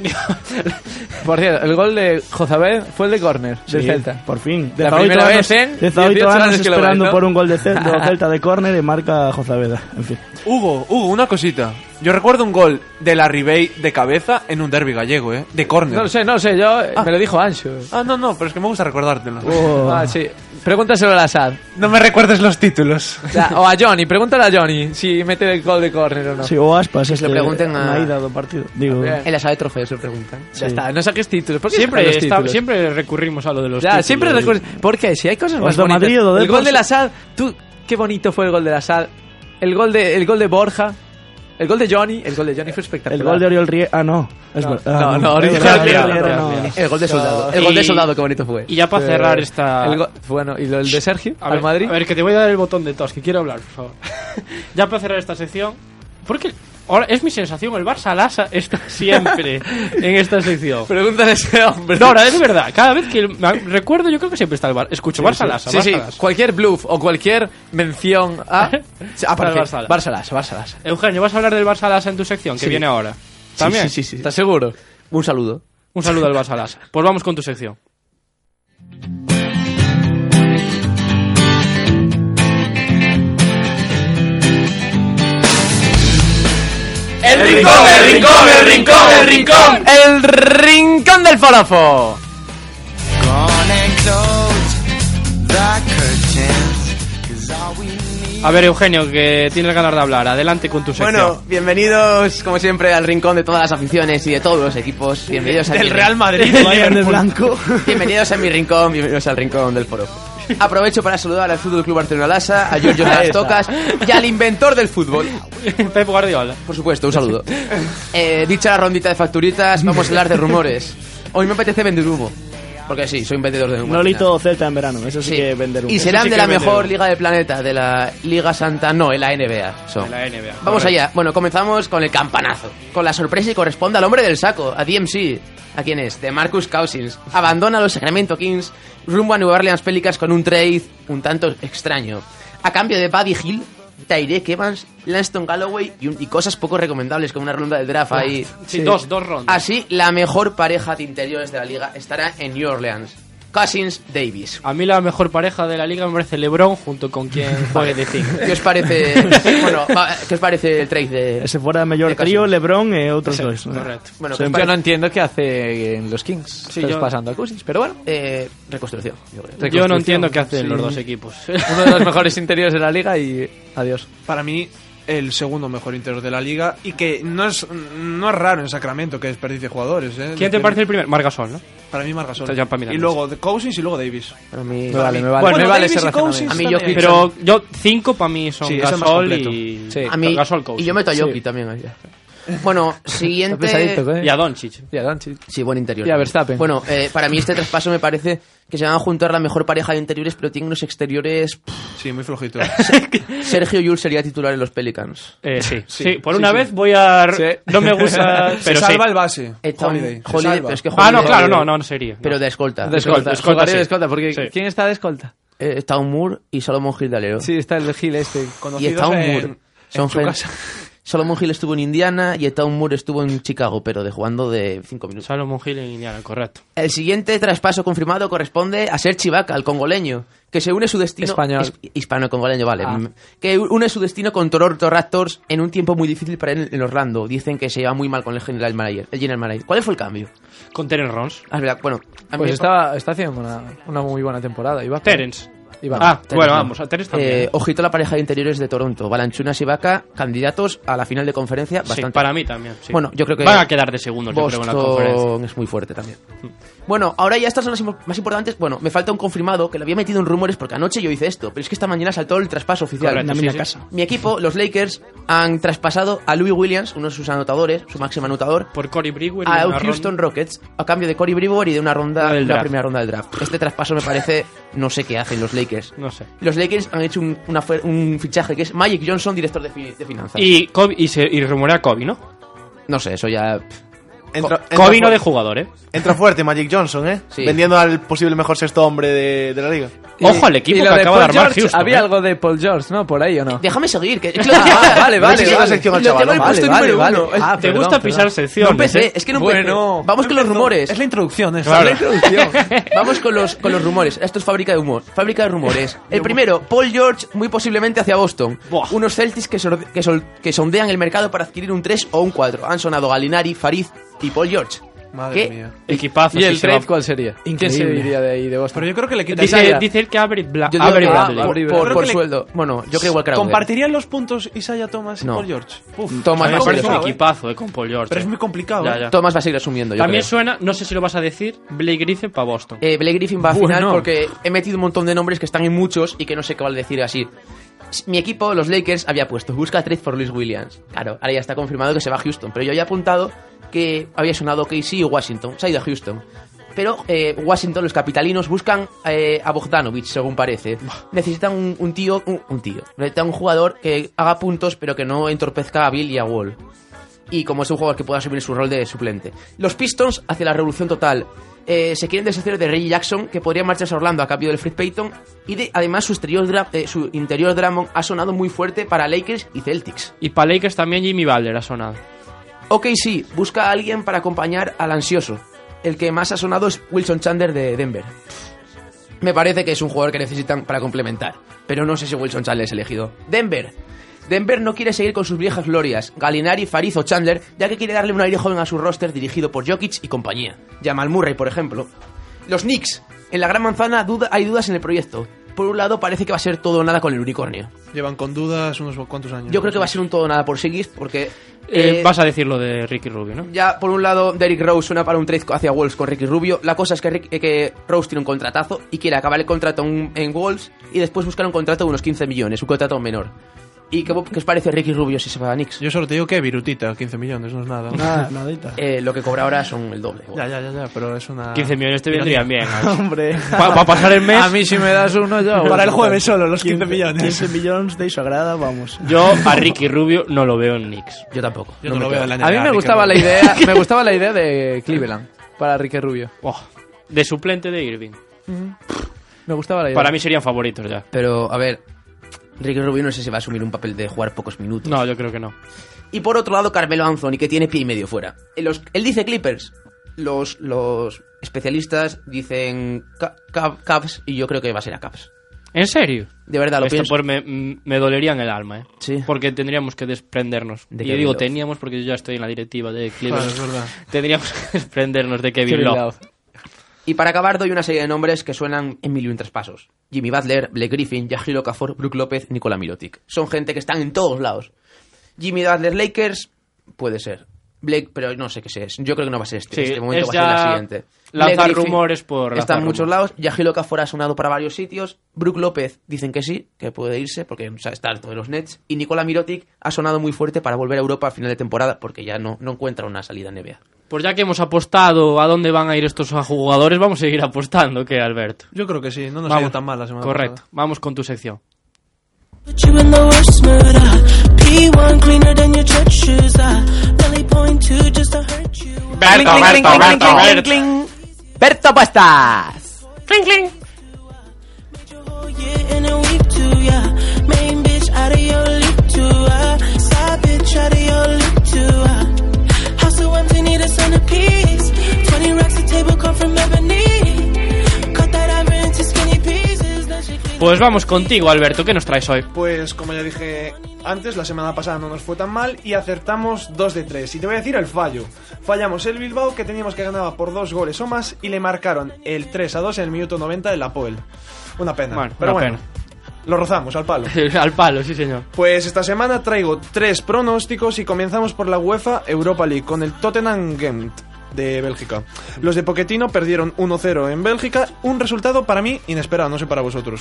Speaker 10: Por cierto, el gol de Jozabed fue el de córner del
Speaker 4: Sí,
Speaker 10: Celta.
Speaker 4: Por fin.
Speaker 10: La primera vez en 18
Speaker 4: 18 años,
Speaker 10: años que lo ves,
Speaker 4: esperando
Speaker 10: ¿no?
Speaker 4: por un gol de Celta, de Celta de córner y marca Jozabeda. En fin.
Speaker 6: Hugo, Hugo, una cosita. Yo recuerdo un gol de la Ribey de cabeza en un derby gallego, ¿eh? De córner.
Speaker 10: No lo sé, no lo sé, yo me lo dijo Ancho.
Speaker 6: Ah, no, no, pero es que me gusta recordártelo.
Speaker 10: Ah, sí. Pregúntaselo a la SAD.
Speaker 6: No me recuerdes los títulos.
Speaker 10: O a Johnny, pregúntale a Johnny si mete el gol de córner o no.
Speaker 4: Sí, o aspas, este, es
Speaker 8: le pregunten a-
Speaker 4: Na ida do partido. Digo,
Speaker 10: Bien.
Speaker 8: En la sala de trofeos se preguntan.
Speaker 10: Ya está, no saques títulos. ¿Por qué
Speaker 3: Siempre,
Speaker 10: sacas los
Speaker 3: está-
Speaker 10: títulos?
Speaker 3: siempre recurrimos a lo de los
Speaker 10: Ya,
Speaker 3: títulos.
Speaker 10: siempre recuerdo. Porque si hay cosas
Speaker 4: Os
Speaker 10: más
Speaker 4: do
Speaker 10: bonitas.
Speaker 4: Madrid, o do
Speaker 10: el gol
Speaker 4: Depor,
Speaker 10: de la
Speaker 4: sí.
Speaker 10: SAD, tú, qué bonito fue el gol de la SAD. El gol de, el gol de Borja. El gol de Johnny, el gol de Johnny fue espectacular.
Speaker 4: el gol de Oriol Rie... Ah, no. Es
Speaker 10: No,
Speaker 4: verdad.
Speaker 10: no,
Speaker 4: Ah,
Speaker 10: no, Oriol
Speaker 4: Es verdad,
Speaker 10: Riera,
Speaker 4: Oriol Riera,
Speaker 10: Oriol Riera.
Speaker 8: El gol de soldado. El
Speaker 3: Y-
Speaker 8: gol de soldado, qué bonito fue.
Speaker 3: Y ya para cerrar esta...
Speaker 10: El go- bueno, y lo- el de Sergio,
Speaker 3: A
Speaker 10: al
Speaker 3: ver,
Speaker 10: Madrid.
Speaker 3: a ver, que te voy a dar el botón de tos, que quiero hablar, por favor. (laughs) ya para cerrar esta sección. Porque ahora es mi sensación, el Barça Lasa está (laughs) siempre en esta sección.
Speaker 10: Pregúntale a ese hombre.
Speaker 3: No, ahora es verdad, cada vez que me- recuerdo, yo creo que siempre está el Barça. Escucho Barça Lasa,
Speaker 10: Sí,
Speaker 3: Barça
Speaker 10: sí,
Speaker 3: Lasa.
Speaker 10: cualquier bluff o cualquier mención
Speaker 4: (laughs)
Speaker 10: a. Aparece.
Speaker 3: Barça Lasa.
Speaker 10: Barça Lasa, Barça Lasa.
Speaker 3: Eugenio, vas a hablar del Barça Lasa en tu sección, que viene ahora. También.
Speaker 8: Sí, sí, sí.
Speaker 10: ¿Estás seguro?
Speaker 8: Un saludo.
Speaker 3: Un saludo al Barça Lasa. Pues vamos con tu sección.
Speaker 10: ¡El rincón, el rincón, el rincón, el rincón! ¡El rincón del forofo!
Speaker 3: A ver, Eugenio, que tienes ganas de hablar. Adelante con tu sección.
Speaker 8: Bueno, bienvenidos como siempre al rincón de todas las aficiones y de todos los equipos. Bienvenidos a mi
Speaker 3: (laughs)
Speaker 8: rin-
Speaker 6: Madrid.
Speaker 4: Bayern de blanco.
Speaker 8: Bienvenidos a mi rincón, bienvenidos al rincón del foro. Aprovecho para saludar al Fútbol Club Barcelona Lasa, a Giorgio de las Tocas y al inventor del fútbol.
Speaker 3: Pep Guardiola.
Speaker 8: Por supuesto, un saludo. Eh, dicha la rondita de facturitas, vamos a hablar de rumores. Hoy me apetece vender humo. Porque sí, soy un vendedor de humo. al final.
Speaker 4: Nolito o Celta en verano. Eso sí,
Speaker 8: Sí.
Speaker 4: que vender un.
Speaker 8: Y serán
Speaker 3: sí
Speaker 8: de
Speaker 3: que
Speaker 8: la
Speaker 3: vender
Speaker 8: mejor
Speaker 3: humo.
Speaker 8: liga del planeta, de la Liga Santa, no, de la NBA. son.
Speaker 3: De la NBA,
Speaker 8: Vamos
Speaker 3: correcto.
Speaker 8: allá. Bueno, comenzamos con el campanazo. Con la sorpresa y corresponde al hombre del saco, a DMC. ¿A quién es? De Marcus Cousins. Abandona los Sacramento Kings rumbo a New Orleans Pelicans con un trade un tanto extraño. A cambio de Buddy Hill, Tyreek Evans, Langston Galloway y, un- y cosas poco recomendables como una ronda de
Speaker 3: Ah.
Speaker 8: draft ahí. Ah,
Speaker 3: Sí, dos, dos rondas.
Speaker 8: Así, la mejor pareja de interiores de la liga estará en New Orleans. Cousins Davis.
Speaker 3: A mí la mejor pareja de la liga me parece LeBron junto con (laughs) quien juegue de cinco.
Speaker 8: ¿Qué
Speaker 10: (laughs)
Speaker 8: os parece? bueno, va, ¿qué os parece el trade de
Speaker 4: Ese fuera mayor
Speaker 8: De casi.
Speaker 4: trío, LeBron e outros dois.
Speaker 3: Correcto.
Speaker 8: bueno,
Speaker 4: Sí, yo
Speaker 8: ¿qué os
Speaker 10: Yo
Speaker 8: parece?
Speaker 10: no entiendo qué hace en los Kings. Estás
Speaker 3: yo-
Speaker 10: pasando a Cousins, pero bueno.
Speaker 8: Eh, reconstrucción.
Speaker 3: Yo
Speaker 8: yo creo.
Speaker 3: no
Speaker 10: Reconstrucción,
Speaker 3: entiendo qué hacen
Speaker 10: sí.
Speaker 3: los dos equipos. (laughs)
Speaker 10: Uno de los mejores interiores de la liga y adiós.
Speaker 6: Para mí, el segundo mejor interior de la liga y que no es, no es raro en Sacramento que desperdicie jugadores. ¿eh?
Speaker 3: ¿Quién te parece el primer? Margasol, ¿no?
Speaker 6: Para mí Margasol.
Speaker 3: Entonces ya para mí
Speaker 6: y
Speaker 3: también.
Speaker 6: luego de Cousins y luego Davis.
Speaker 8: Para mí,
Speaker 10: Me vale, me vale.
Speaker 6: Bueno,
Speaker 10: me vale
Speaker 6: Davis
Speaker 10: ese
Speaker 6: y Cousins
Speaker 10: razonamiento.
Speaker 8: A mí
Speaker 6: también.
Speaker 8: Jokic.
Speaker 3: Pero yo, cinco para mí son
Speaker 6: Sí, es el más
Speaker 3: Gasol
Speaker 6: completo.
Speaker 3: y...
Speaker 10: Sí.
Speaker 8: a mí,
Speaker 3: Gasol, Cousins.
Speaker 8: y yo meto a Jokic también. ahí.
Speaker 10: (laughs)
Speaker 8: Bueno,
Speaker 10: Está pesadito,
Speaker 8: siguiente...
Speaker 10: ¿eh?
Speaker 3: Y a Doncic.
Speaker 10: Y a Doncic.
Speaker 8: Sí, buen interior.
Speaker 10: Y a Verstappen.
Speaker 8: Bueno, eh, para mí este traspaso me parece que se van a juntar la mejor pareja de interiores, pero tienen unos exteriores... pff,
Speaker 6: Sí, muy flojito.
Speaker 8: Sergio Yul sería titular en los Pelicans.
Speaker 3: Eh, sí. sí. por una vez voy a...
Speaker 10: Sí.
Speaker 3: No me
Speaker 10: (laughs)
Speaker 3: gusta...
Speaker 6: Se
Speaker 3: pero sí.
Speaker 6: salva el base.
Speaker 8: Eh, Tom-
Speaker 6: Holiday. Se
Speaker 8: Holiday,
Speaker 6: salva.
Speaker 8: pero es que
Speaker 3: Ah, no,
Speaker 8: Holiday-
Speaker 3: claro, no, no, no sería.
Speaker 8: Pero
Speaker 3: No.
Speaker 8: de escolta.
Speaker 10: De escolta.
Speaker 3: escolta, escolta,
Speaker 10: Jugaría de
Speaker 3: sí.
Speaker 10: escolta, porque
Speaker 3: Sí.
Speaker 10: ¿quién está de escolta?
Speaker 8: Eh, está Moore y Salomón Gildalero.
Speaker 10: Sí, está el Gil este.
Speaker 8: y
Speaker 6: Conocidos
Speaker 8: está
Speaker 6: en-
Speaker 8: Moore. Son
Speaker 6: en su
Speaker 8: gen-
Speaker 6: casa.
Speaker 8: (laughs) Solomon Hill estuvo en Indiana y Town Moore estuvo en Chicago, pero de jugando de 5 minutos.
Speaker 3: Salomon Hill en Indiana, correcto.
Speaker 8: El siguiente traspaso confirmado corresponde a Ser Chivaca, al congoleño, que se une su destino...
Speaker 10: Español.
Speaker 8: His- Hispano-congoleño, vale.
Speaker 10: Ah.
Speaker 8: Mm, Que une su destino con Toronto Raptors en un tiempo muy difícil para él en Orlando. Dicen que se lleva muy mal con el general manager. El general manager. ¿Cuál fue el cambio?
Speaker 3: Con Terence Rons.
Speaker 8: Ah, es verdad, bueno... a mí
Speaker 10: Pues
Speaker 8: me-
Speaker 10: estaba, está haciendo una, una muy buena temporada. Ibaka.
Speaker 3: Terence.
Speaker 10: Ibaka.
Speaker 3: Ah,
Speaker 8: Terence
Speaker 3: bueno,
Speaker 8: no.
Speaker 3: vamos, a Terence también.
Speaker 8: Eh, ojito a la pareja de interiores de Toronto. Balanchunas y Vaca, candidatos a la final de conferencia.
Speaker 3: Sí,
Speaker 8: Bastante.
Speaker 3: para mí también. sí.
Speaker 8: Bueno, yo creo que-
Speaker 3: Van a quedar de segundos, yo creo, en la conferencia.
Speaker 8: Boston es muy fuerte también. Bueno, ahora ya estas son las im- más importantes. Bueno, me falta un confirmado que lo había metido en rumores porque anoche yo hice esto, pero es que esta mañana saltó el traspaso oficial.
Speaker 3: Correcto,
Speaker 4: Na
Speaker 3: sí,
Speaker 4: miña
Speaker 3: sí.
Speaker 4: casa.
Speaker 8: Mi equipo, los Lakers, han traspasado a Louis Williams, uno de sus anotadores, su máximo anotador,
Speaker 3: Por Corey Brewer y
Speaker 8: a
Speaker 3: una
Speaker 8: Houston
Speaker 3: ronda-
Speaker 8: Rockets a cambio de Corey Brewer y de una ronda,
Speaker 3: La del
Speaker 8: de la
Speaker 3: draft.
Speaker 8: primera ronda del draft. Este traspaso me parece, no sé qué hacen los Lakers.
Speaker 3: No sé.
Speaker 8: Los Lakers han hecho un, una fe- un fichaje que es Magic Johnson, director de, fi- de finanzas.
Speaker 3: Y, Kobe, y, se, y rumorea Kobe, ¿no?
Speaker 8: no sé, eso ya. pff,
Speaker 5: Entra, entra
Speaker 3: Kobe no
Speaker 5: fu-
Speaker 3: de jugador, ¿eh?
Speaker 5: entra fuerte Magic Johnson, ¿eh?
Speaker 8: Sí.
Speaker 5: Vendiendo al posible mejor sexto hombre de, de la liga.
Speaker 3: Ojo al equipo
Speaker 10: y lo
Speaker 3: que acaba
Speaker 10: Paul
Speaker 3: de armar
Speaker 10: George,
Speaker 3: Houston,
Speaker 10: Había
Speaker 3: ¿eh?
Speaker 10: algo de Paul George, ¿no? Por ahí o no.
Speaker 8: Déjame seguir,
Speaker 10: (laughs)
Speaker 8: que.
Speaker 10: Ah, vale,
Speaker 5: No
Speaker 10: vale.
Speaker 5: eches la
Speaker 10: vale.
Speaker 5: sección al
Speaker 10: Lo tengo
Speaker 5: chaval,
Speaker 10: en el
Speaker 5: vale,
Speaker 10: puesto
Speaker 8: vale,
Speaker 10: número
Speaker 8: vale.
Speaker 10: uno.
Speaker 8: Ah,
Speaker 3: Te
Speaker 10: perdón,
Speaker 3: gusta
Speaker 10: perdón.
Speaker 3: pisar secciones.
Speaker 8: No empecé,
Speaker 3: ¿eh?
Speaker 8: es que no empecé. Vamos con los rumores.
Speaker 6: Es la introducción, es
Speaker 3: Claro.
Speaker 6: la introducción.
Speaker 8: (laughs) Vamos con los, con los rumores. Esto es fábrica de humor. Fábrica de rumores. El primero, Paul George, muy posiblemente hacia Boston.
Speaker 3: Buah.
Speaker 8: Unos Celtics que, sor- que, sol- que sondean el mercado para adquirir un 3 o un 4. Han sonado Galinari, Farid y Paul George.
Speaker 6: Madre
Speaker 8: ¿Qué?
Speaker 6: mía.
Speaker 3: Equipazo.
Speaker 10: ¿Y
Speaker 3: sí,
Speaker 10: el
Speaker 3: se
Speaker 10: trade
Speaker 3: va-
Speaker 10: cuál sería? ¿Quién se
Speaker 4: Increíble.
Speaker 10: iría de ahí, de Boston?
Speaker 6: Pero yo creo que le quitaría...
Speaker 3: Dice, dice él que abre, Bla-
Speaker 8: Yo digo
Speaker 3: abre
Speaker 8: que-
Speaker 3: Bradley.
Speaker 8: por-
Speaker 10: Bradley.
Speaker 8: por,
Speaker 6: Creo
Speaker 8: por
Speaker 6: que le-
Speaker 8: suelo. Bueno, yo creo que ¿eh?
Speaker 6: ¿Compartirían los puntos Isaiah Thomas y
Speaker 8: No.
Speaker 6: Paul George? Uf,
Speaker 3: Además,
Speaker 8: Thomas va a
Speaker 3: es
Speaker 8: ser
Speaker 3: un
Speaker 8: complicado,
Speaker 3: equipazo, ¿eh? Con Paul George.
Speaker 6: Pero es
Speaker 3: eh.
Speaker 6: muy complicado,
Speaker 3: Ya,
Speaker 6: ¿eh?
Speaker 3: ya.
Speaker 8: Thomas va a seguir asumiendo. Yo
Speaker 3: También
Speaker 8: creo.
Speaker 3: suena, no sé si lo vas a decir, Blake Griffin para Boston.
Speaker 8: Eh, Blake Griffin va a
Speaker 10: Bueno.
Speaker 8: final porque he metido un montón de nombres que están en muchos y que no sé qué vale decir así. S- Mi equipo, los Lakers, había puesto busca trade por Luis Williams. Claro, ahora ya está confirmado que se va a Houston, pero yo había apuntado que había sonado KC o Washington. Se ha ido a Houston. Pero eh, Washington, los capitalinos, buscan eh, a Bogdanovich, según parece. Necesitan un, un tío, un, un tío. Necesitan un jugador que haga puntos, pero que no entorpezca a Bill y a Wall y como es un jugador que pueda asumir su rol de suplente. Los Pistons hacia la revolución total. Eh, se quieren deshacer de Reggie Jackson, que podría marcharse a Orlando a cambio del Fred Payton. Y de- además su exterior, dra- eh, su interior Drummond ha sonado muy fuerte para Lakers y Celtics.
Speaker 3: Y para Lakers también Jimmy Butler ha sonado.
Speaker 8: Ok, sí, busca a alguien para acompañar al ansioso. El que más ha sonado es Wilson Chandler de Denver. Me parece que es un jugador que necesitan para complementar, pero no sé si Wilson Chandler es elegido. Denver. Denver no quiere seguir con sus viejas glorias, Galinari, Fariz o Chandler, ya que quiere darle un aire joven a su roster dirigido por Jokic y compañía. Jamal Murray, por ejemplo. Los Knicks. En la Gran Manzana duda- hay dudas en el proyecto. Por un lado parece que va a ser todo o nada con el unicornio.
Speaker 6: Llevan con dudas unos cuantos años.
Speaker 8: Yo creo que va a ser un todo o nada por Sigis, porque...
Speaker 3: Eh,
Speaker 8: eh,
Speaker 3: vas a decir lo de Ricky Rubio, ¿no?
Speaker 8: ya, por un lado, Derrick Rose suena para un trade hacia Wolves con Ricky Rubio. La cosa es que, Rick- eh, que Rose tiene un contratazo y quiere acabar el contrato en, en Wolves y después buscar un contrato de unos 15 millones, un contrato menor. ¿Y qué, qué os parece Ricky Rubio si se va a Knicks?
Speaker 6: Yo solo te digo que virutita, 15 millones, no es nada.
Speaker 4: (laughs) Nada, nadita.
Speaker 8: Eh, lo que cobra ahora son el doble.
Speaker 6: Ya, ya, ya, ya, pero es una...
Speaker 3: 15 millones te vendrían bien.
Speaker 4: (laughs) Hombre.
Speaker 3: Para pasar el mes,
Speaker 10: A mí si me das uno yo...
Speaker 4: Para el
Speaker 6: jueves solo, los
Speaker 4: 15 millones. 15 millones de iso agrada, vamos.
Speaker 3: yo a Ricky Rubio no lo veo en Knicks.
Speaker 8: Yo tampoco.
Speaker 6: Yo no lo veo en la
Speaker 10: A mí me gustaba la idea,
Speaker 3: (laughs)
Speaker 10: me gustaba la idea de Cleveland para Ricky Rubio.
Speaker 3: Oh, de suplente de Irving.
Speaker 10: Me gustaba la idea.
Speaker 3: Para mí serían favoritos ya.
Speaker 8: Pero, a ver, Ricky Rubio no sé si va a asumir un papel de jugar pocos minutos.
Speaker 3: No, yo creo que no.
Speaker 8: Y por otro lado, Carmelo Anthony, que tiene pie y medio fuera. Eh, los- él dice Clippers. los, los especialistas dicen ca- ca- Cavs y yo creo que va a ser a Cavs.
Speaker 3: ¿En serio?
Speaker 8: De verdad, lo
Speaker 3: Esto
Speaker 8: pienso.
Speaker 3: por- me, me dolería en el alma, ¿eh?
Speaker 8: Sí.
Speaker 3: Porque tendríamos que desprendernos.
Speaker 8: De
Speaker 3: y
Speaker 8: Kevin
Speaker 3: digo
Speaker 8: Love.
Speaker 3: teníamos porque yo ya estoy en la directiva de
Speaker 6: Claro,
Speaker 3: Cleveland.
Speaker 6: es verdad.
Speaker 3: tendríamos que desprendernos de Kevin, Love.
Speaker 8: Y para acabar doy una serie de nombres que suenan en mil y un traspasos. Jimmy Butler, Blake Griffin, Jahlil Okafor, Brook López, Nikola Mirotic. Son gente que están en todos lados. Jimmy Butler Lakers, puede ser. Blake, pero no sé qué sé. Yo creo que no va a ser este.
Speaker 3: Sí,
Speaker 8: este
Speaker 3: es
Speaker 8: momento va a ser
Speaker 3: ya
Speaker 8: la siguiente.
Speaker 3: lanzar
Speaker 8: Blake Griffin
Speaker 3: rumores por
Speaker 8: Está
Speaker 3: lanzar
Speaker 8: en muchos
Speaker 3: rumores.
Speaker 8: lados. Jahlil Okafor ha sonado para varios sitios. Brook López dicen que sí, que puede irse porque o sea, está harto de los Nets. Y Nikola Mirotic ha sonado muy fuerte para volver a Europa a final de temporada porque ya no, no encuentra una salida en NBA.
Speaker 3: Pues ya que hemos apostado a dónde van a ir estos jugadores, vamos a seguir apostando, que Alberto?
Speaker 6: Yo creo que sí, no nos ha
Speaker 3: Vamos,
Speaker 6: ido tan mal la semana
Speaker 3: Correcto,
Speaker 6: pasada.
Speaker 3: vamos con tu sección.
Speaker 9: Put you in the worst mood. uh, P1 cleaner than your church shoes. I really point to just to hurt you.
Speaker 3: Berto, Berto, Berto,
Speaker 8: Berto Pastas.
Speaker 9: Made your whole year Oh, in a week too, yeah. Main bitch out of your league too. Uh, side bitch out of your league too. Uh, house so empty, need a centerpiece. Twenty racks a table come from ebony. Cut that ivory into skinny pieces. Then she clean.
Speaker 3: Pues vamos contigo, Alberto, ¿qué nos traes hoy?
Speaker 6: Pues como ya dije antes, la semana pasada no nos fue tan mal y acertamos 2 de 3. Y te voy a decir el fallo. Fallamos el Bilbao que teníamos que ganaba por dos goles o más y le marcaron el 3 a 2 en el minuto 90 del Apoel. Una pena.
Speaker 3: Bueno,
Speaker 6: pero
Speaker 3: una
Speaker 6: bueno, lo rozamos al palo.
Speaker 3: (laughs) Al palo, sí señor.
Speaker 6: Pues esta semana traigo tres pronósticos y comenzamos por la UEFA Europa League con el Tottenham Gent de Bélgica. Los de Pochettino perdieron 1-0 en Bélgica, un resultado para mí inesperado, no sé para vosotros.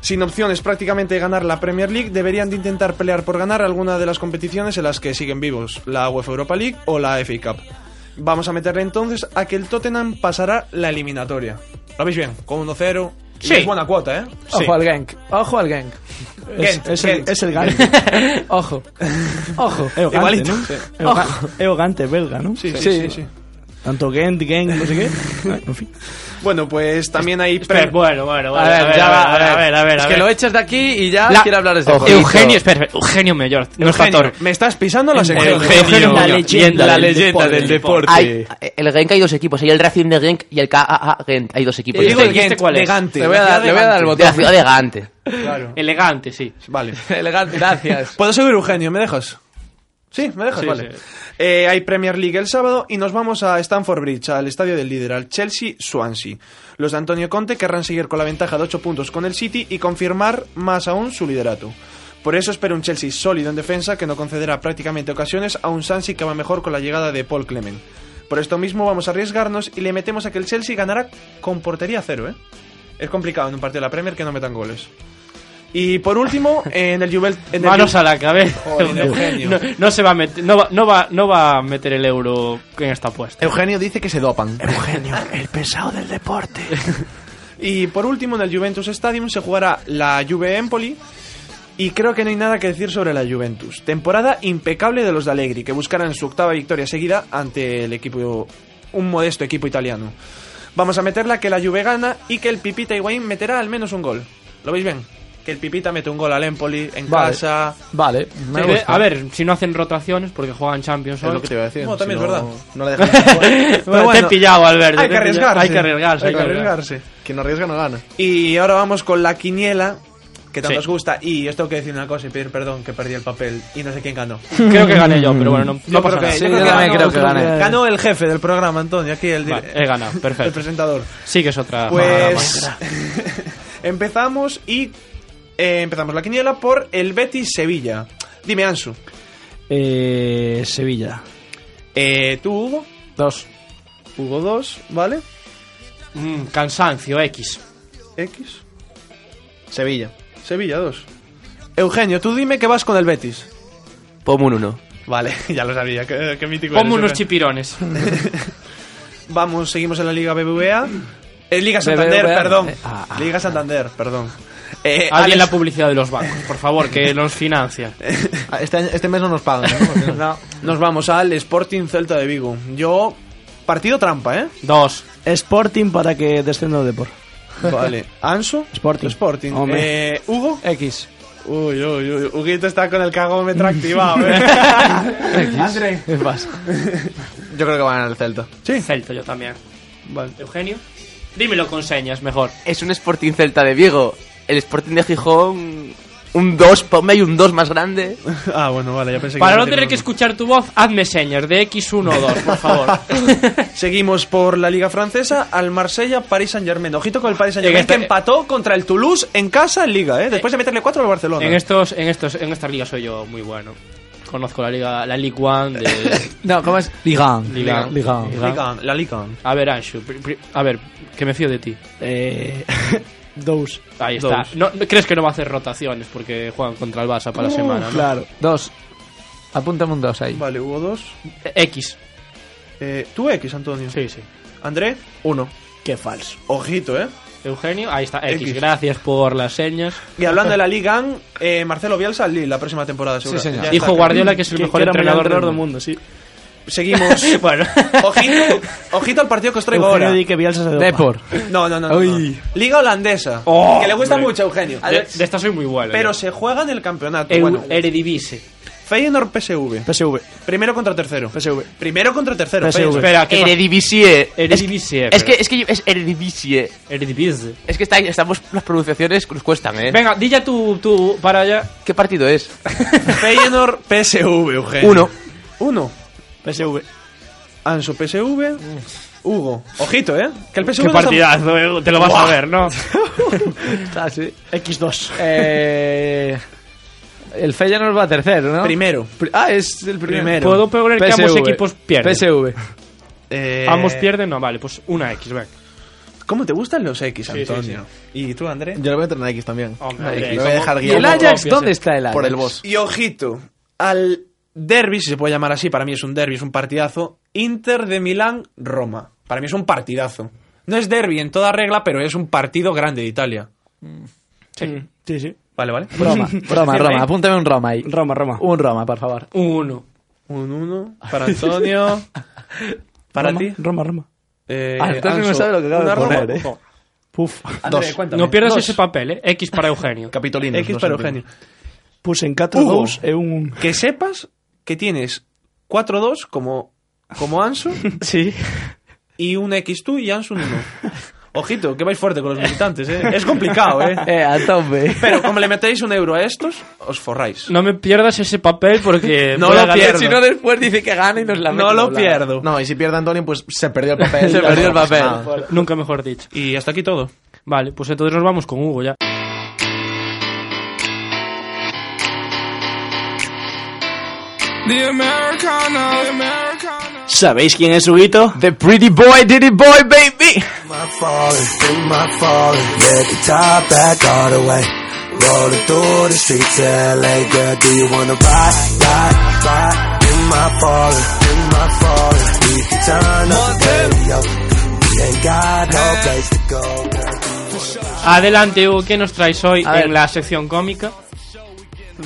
Speaker 6: Sin opciones prácticamente de ganar la Premier League, deberían de intentar pelear por ganar alguna de las competiciones en las que siguen vivos, la UEFA Europa League o la FA Cup. Vamos a meterle entonces a que el Tottenham pasará la eliminatoria. ¿Lo veis bien? Con 1-0. y
Speaker 3: Sí.
Speaker 6: Es buena cuota, ¿eh?
Speaker 10: Ojo al Genk. Ojo al
Speaker 3: (laughs)
Speaker 10: Genk.
Speaker 6: Gent,
Speaker 4: es, el,
Speaker 6: Gent.
Speaker 4: es el Gante.
Speaker 10: Ojo. Ojo.
Speaker 4: Eogante,
Speaker 6: Igualito.
Speaker 4: ¿no? Eoga- Eogante, belga, ¿no?
Speaker 6: Sí, sí,
Speaker 10: Sí.
Speaker 6: sí. sí.
Speaker 4: Tanto Gent, Gent, no sé qué. Ah, en fin.
Speaker 6: Bueno, pues también hay...
Speaker 3: Espera,
Speaker 6: pre-
Speaker 3: bueno, bueno,
Speaker 10: A
Speaker 3: bueno,
Speaker 10: ver, ya va, a ver,
Speaker 3: a ver, a ver.
Speaker 10: Es
Speaker 3: a
Speaker 10: que
Speaker 3: ver.
Speaker 10: lo echas de aquí y ya
Speaker 3: La-
Speaker 10: quiere hablar de este
Speaker 8: Ojito.
Speaker 10: juego.
Speaker 3: Eugenio, espera, espera, Eugenio Mayor, no es
Speaker 6: Eugenio,
Speaker 3: factor.
Speaker 6: me estás pisando la sección.
Speaker 3: Eugenio,
Speaker 8: La
Speaker 3: leyenda,
Speaker 8: la
Speaker 3: leyenda del deporte.
Speaker 8: Hay, el Genk hay dos equipos. Hay el Racing de Genk y el KAA Genk. Hay dos equipos.
Speaker 3: Te digo
Speaker 8: de
Speaker 3: el Gent, cuál es?
Speaker 10: Le voy a dar, le voy a dar el
Speaker 8: la
Speaker 10: botón.
Speaker 8: ciudad de Gante.
Speaker 3: Elegante, sí.
Speaker 6: Vale.
Speaker 10: Elegante, gracias.
Speaker 6: ¿Puedo seguir, Eugenio? ¿Me dejas? Sí, me dejas,
Speaker 3: Sí,
Speaker 6: vale.
Speaker 3: sí.
Speaker 6: Eh, hay Premier League el sábado y nos vamos a Stamford Bridge, al estadio del líder, al Chelsea Swansea. Los de Antonio Conte querrán seguir con la ventaja de 8 puntos con el City y confirmar más aún su liderato. Por eso espero un Chelsea sólido en defensa que no concederá prácticamente ocasiones a un Swansea que va mejor con la llegada de Paul Clement. Por esto mismo vamos a arriesgarnos y le metemos a que el Chelsea ganará con portería cero, ¿eh? Es complicado en un partido de la Premier que no metan goles. Y por último, en el Juventus...
Speaker 3: Manos a la cabeza.
Speaker 6: Joder, Eugenio.
Speaker 3: (laughs) No, no se va a meter, no va, no va, no va a meter el euro en esta apuesta.
Speaker 5: Eugenio dice que se dopan.
Speaker 6: Y por último, en el Juventus Stadium se jugará la Juve Empoli. Y creo que no hay nada que decir sobre la Juventus. Temporada impecable de los de Allegri, que buscarán su octava victoria seguida ante el equipo, un modesto equipo italiano. Vamos a meterla que la Juve gana y que el Pipita Higuaín meterá al menos un gol. ¿Lo veis bien? Que el Pipita mete un gol al Empoli en
Speaker 10: Vale.
Speaker 6: casa.
Speaker 10: Vale, me
Speaker 3: Sí,
Speaker 10: gusta.
Speaker 3: a ver, si no hacen rotaciones porque juegan Champions
Speaker 5: Es
Speaker 3: hoy.
Speaker 5: lo
Speaker 3: (laughs)
Speaker 5: que te iba a decir.
Speaker 6: No, también
Speaker 5: Si
Speaker 6: es
Speaker 5: no-
Speaker 6: verdad.
Speaker 5: No le dejan.
Speaker 3: Bueno, te he
Speaker 6: bueno,
Speaker 3: pillado, Alberto.
Speaker 6: Hay
Speaker 3: te
Speaker 6: que
Speaker 3: he pillado.
Speaker 6: arriesgarse.
Speaker 3: Hay que arriesgarse.
Speaker 6: Hay que arriesgarse.
Speaker 5: Quien no arriesga no gana.
Speaker 6: Y ahora vamos con la quiniela, que tanto
Speaker 3: Sí.
Speaker 6: os gusta. Y os tengo que decir una cosa y pedir perdón, que perdí el papel y no sé quién ganó.
Speaker 3: Creo que gané yo, pero bueno, no, no
Speaker 6: Yo
Speaker 3: pasa
Speaker 6: creo que-
Speaker 3: nada.
Speaker 10: Sí,
Speaker 6: creo
Speaker 10: yo
Speaker 6: que
Speaker 10: también
Speaker 6: ganó-
Speaker 10: creo que gané.
Speaker 6: Ganó el jefe del programa, Antonio, aquí el, di-
Speaker 3: Vale, he ganado,
Speaker 6: el
Speaker 3: perfecto.
Speaker 6: presentador.
Speaker 3: Sí que es otra. mamada más.
Speaker 6: Pues (laughs) empezamos y eh, empezamos la quiniela por el Betis Sevilla. Dime, Ansu,
Speaker 4: Eh, Sevilla.
Speaker 6: eh, ¿tú Hugo?
Speaker 10: Dos.
Speaker 6: Hugo 2, ¿vale?
Speaker 3: Mm, cansancio X.
Speaker 6: X.
Speaker 5: Sevilla.
Speaker 6: Sevilla 2. Eugenio, tú dime que vas con el Betis.
Speaker 8: Pom un uno.
Speaker 6: Vale, (laughs) ya lo sabía, qué, qué mítico
Speaker 3: Como
Speaker 6: eres,
Speaker 3: unos
Speaker 6: Eugenio.
Speaker 3: chipirones.
Speaker 6: Vamos, seguimos en la Liga BBVA. Eh, Liga Santander,
Speaker 10: BBVA.
Speaker 6: perdón.
Speaker 10: Eh, ah, ah.
Speaker 6: Liga Santander, perdón. Eh,
Speaker 3: Alguien la
Speaker 6: Alex-
Speaker 3: publicidad de los bancos, por favor, (laughs) que nos financia.
Speaker 5: Ah, Este, año- este mes no nos pagan.
Speaker 6: (laughs)
Speaker 5: ¿no?
Speaker 6: No, nos vamos al Sporting Celta de Vigo. Yo. Partido trampa,
Speaker 5: (laughs)
Speaker 6: ¿eh?
Speaker 3: Dos.
Speaker 4: Sporting para que descienda el Depor.
Speaker 6: Vale. Ansu.
Speaker 4: Sporting.
Speaker 6: Sporting.
Speaker 4: Hombre.
Speaker 6: Eh, Hugo.
Speaker 10: X.
Speaker 6: Uy, uy, uy. Huguito está con el cagómetro activado, ¿eh? André.
Speaker 10: ¿Qué pasa?
Speaker 5: Yo creo que va a ganar el Celta.
Speaker 3: Sí. Celta, yo también. Bueno, Eugenio. Dímelo con señas, mejor.
Speaker 8: Es un Sporting Celta de Vigo. El Sporting de Gijón, un 2, ponme ahí un 2 más grande.
Speaker 6: Ah, bueno, vale, ya pensé que...
Speaker 3: Para
Speaker 6: iba a
Speaker 3: no
Speaker 6: decir
Speaker 3: tener que
Speaker 6: lo
Speaker 3: escuchar tu voz, hazme señas de X1 o 2, por (laughs) favor.
Speaker 6: mismo. Seguimos por la Liga Francesa al Marsella, París Saint-Germain. Ojito con el París
Speaker 3: En
Speaker 6: Saint-Germain
Speaker 3: esta-
Speaker 6: que empató contra el Toulouse en casa en Liga, ¿eh? Después de meterle 4 al Barcelona.
Speaker 3: en estos, en estos, en esta liga soy yo muy bueno. Conozco la liga, la Ligue 1 de
Speaker 10: No, ¿cómo es?
Speaker 4: Ligan.
Speaker 3: Liga.
Speaker 4: Ligan.
Speaker 6: Liga, la Liga.
Speaker 3: A ver, Anshu, pri- pri- a ver, que me fío de ti.
Speaker 10: (laughs)
Speaker 4: Eh, dos.
Speaker 3: Ahí está. No, no- ¿Crees que no va a hacer rotaciones porque juegan contra el Barça para la semana? ¿no?
Speaker 4: Claro.
Speaker 10: Dos. Apúntame un dos ahí.
Speaker 6: Vale, hubo 2.
Speaker 3: X.
Speaker 6: Eh, tú X, Antonio.
Speaker 3: Sí, sí.
Speaker 6: André, 1.
Speaker 4: Qué falso.
Speaker 6: Ojito, ¿eh?
Speaker 3: Eugenio, ahí está. X.
Speaker 6: X.
Speaker 3: Gracias por las señas.
Speaker 6: Y hablando de la Liga, eh, Marcelo Bielsa al Lille la próxima temporada, seguro.
Speaker 10: Sí, señor.
Speaker 6: Ya
Speaker 3: Dijo
Speaker 6: está.
Speaker 3: Guardiola que es el
Speaker 4: Que-
Speaker 3: mejor
Speaker 4: que era muy
Speaker 3: entrenador del
Speaker 4: entrenador
Speaker 3: mundo.
Speaker 4: del mundo, sí.
Speaker 6: Seguimos.
Speaker 3: Bueno,
Speaker 6: ojito, ojito al partido que os traigo
Speaker 4: Eugenio
Speaker 6: ahora.
Speaker 4: di que Bielsa se
Speaker 10: Depor.
Speaker 6: No, no, no. no,
Speaker 10: Uy.
Speaker 6: no. Liga holandesa. que le gusta mucho a Eugenio.
Speaker 3: de, de esta soy muy bueno.
Speaker 6: Pero
Speaker 3: yo.
Speaker 6: se juega en el campeonato.
Speaker 3: Eu- eh.
Speaker 6: Bueno,
Speaker 3: Eredivisie.
Speaker 6: Feyenoord PSV.
Speaker 4: PSV.
Speaker 6: Primero contra tercero.
Speaker 4: PSV.
Speaker 6: Primero contra tercero.
Speaker 4: PSV.
Speaker 6: Feyenoord.
Speaker 3: Espera, ¿qué pasa?
Speaker 8: Eredivisie.
Speaker 3: Eredivisie.
Speaker 8: Es que,
Speaker 3: pero-
Speaker 8: es que yo- es Eredivisie.
Speaker 3: Eredivisie.
Speaker 8: Es que está, estamos, las pronunciaciones que nos cuestan, ¿eh?
Speaker 3: Venga, di ya tú, tú para allá.
Speaker 8: ¿Qué partido es?
Speaker 6: Feyenoord PSV, Eugenio.
Speaker 8: Uno.
Speaker 6: Uno.
Speaker 4: PSV.
Speaker 6: Anso PSV. Hugo. Ojito, ¿eh? Que el
Speaker 3: Qué
Speaker 6: PSV. no está-
Speaker 3: partidazo, eh, te lo vas a ver, ¿no?
Speaker 4: X2.
Speaker 10: (laughs) Eh, el Feyenoord va tercero, ¿no?
Speaker 6: Primero.
Speaker 10: Pri- Ah, es el primero.
Speaker 6: Primero.
Speaker 3: Puedo poner que ambos equipos pierden.
Speaker 10: PSV.
Speaker 6: Eh,
Speaker 3: Ambos pierden, no, vale, pues una X, venga.
Speaker 6: ¿Cómo te gustan los X,
Speaker 3: Sí, sí,
Speaker 6: Antonio? ¿Y tú, André?
Speaker 5: Yo le voy a tener X también.
Speaker 3: Hombre,
Speaker 5: Le
Speaker 3: hombre,
Speaker 5: voy a dejar
Speaker 10: ¿Y el
Speaker 5: guiado
Speaker 10: Ajax?
Speaker 3: obvio, sí.
Speaker 10: ¿Dónde está el Ajax?
Speaker 5: por el boss.
Speaker 6: Y ojito, al derby, si se puede llamar así, para mí es un derby, es un partidazo. Inter de Milán-Roma. Para mí es un partidazo. No es derby en toda regla, pero es un partido grande de Italia.
Speaker 4: Sí, sí.
Speaker 6: Vale, vale.
Speaker 10: Roma, Roma, Roma. Apúntame un Roma ahí.
Speaker 4: Roma, Roma.
Speaker 10: Un Roma, por favor.
Speaker 3: Uno.
Speaker 6: Un 1 para (laughs) Antonio. para
Speaker 4: Roma,
Speaker 6: ti.
Speaker 4: Roma, Roma.
Speaker 6: Eh,
Speaker 10: Ah, entonces no
Speaker 6: Anso,
Speaker 10: sabe lo que acaba de
Speaker 6: una Roma.
Speaker 10: poner, eh.
Speaker 6: Ojo.
Speaker 4: Puf.
Speaker 6: André,
Speaker 5: Dos.
Speaker 6: cuéntame.
Speaker 3: No pierdas
Speaker 6: Dos.
Speaker 3: ese papel, ¿eh? X para Eugenio.
Speaker 5: Capitolino.
Speaker 6: X para Eugenio.
Speaker 4: Puse en 4
Speaker 6: Hugo.
Speaker 4: 2 e
Speaker 6: (laughs)
Speaker 4: un
Speaker 6: Que sepas que tienes 4-2 como, como Ansu
Speaker 4: Sí.
Speaker 6: y un X tú y Ansu un
Speaker 10: (laughs)
Speaker 6: 1. Ojito, que vais fuerte con los militantes, ¿eh? Es complicado, ¿eh?
Speaker 10: (laughs) Eh, a tope.
Speaker 6: Pero como le metéis un euro a estos, os forráis.
Speaker 3: No me pierdas ese papel porque...
Speaker 6: No
Speaker 3: voy a
Speaker 6: lo
Speaker 3: ganar.
Speaker 6: pierdo.
Speaker 10: Si no, después dice que gana y nos la
Speaker 6: No,
Speaker 10: mete
Speaker 6: lo
Speaker 10: doblada.
Speaker 6: pierdo.
Speaker 5: No, y si pierde Antonio, pues se perdió el
Speaker 6: (laughs)
Speaker 5: papel.
Speaker 10: Se perdió el
Speaker 5: No pasa
Speaker 10: papel.
Speaker 5: nada.
Speaker 3: Nunca mejor dicho.
Speaker 6: Y hasta aquí todo.
Speaker 3: Vale, pues entonces nos vamos con Hugo ya.
Speaker 4: ¿Sabéis quién es Huguito?
Speaker 8: The Pretty Boy, Diddy Boy, baby.
Speaker 1: my falling, in my falling. Let the top back all the way. Rolling through the streets of LA, girl, do you wanna ride, ride, ride? In my falling, in my falling. We can turn up the radio. We ain't got no place to go, girl.
Speaker 3: Adelante, Hugo, ¿qué nos traes hoy
Speaker 10: A ver.
Speaker 3: en la sección cómica?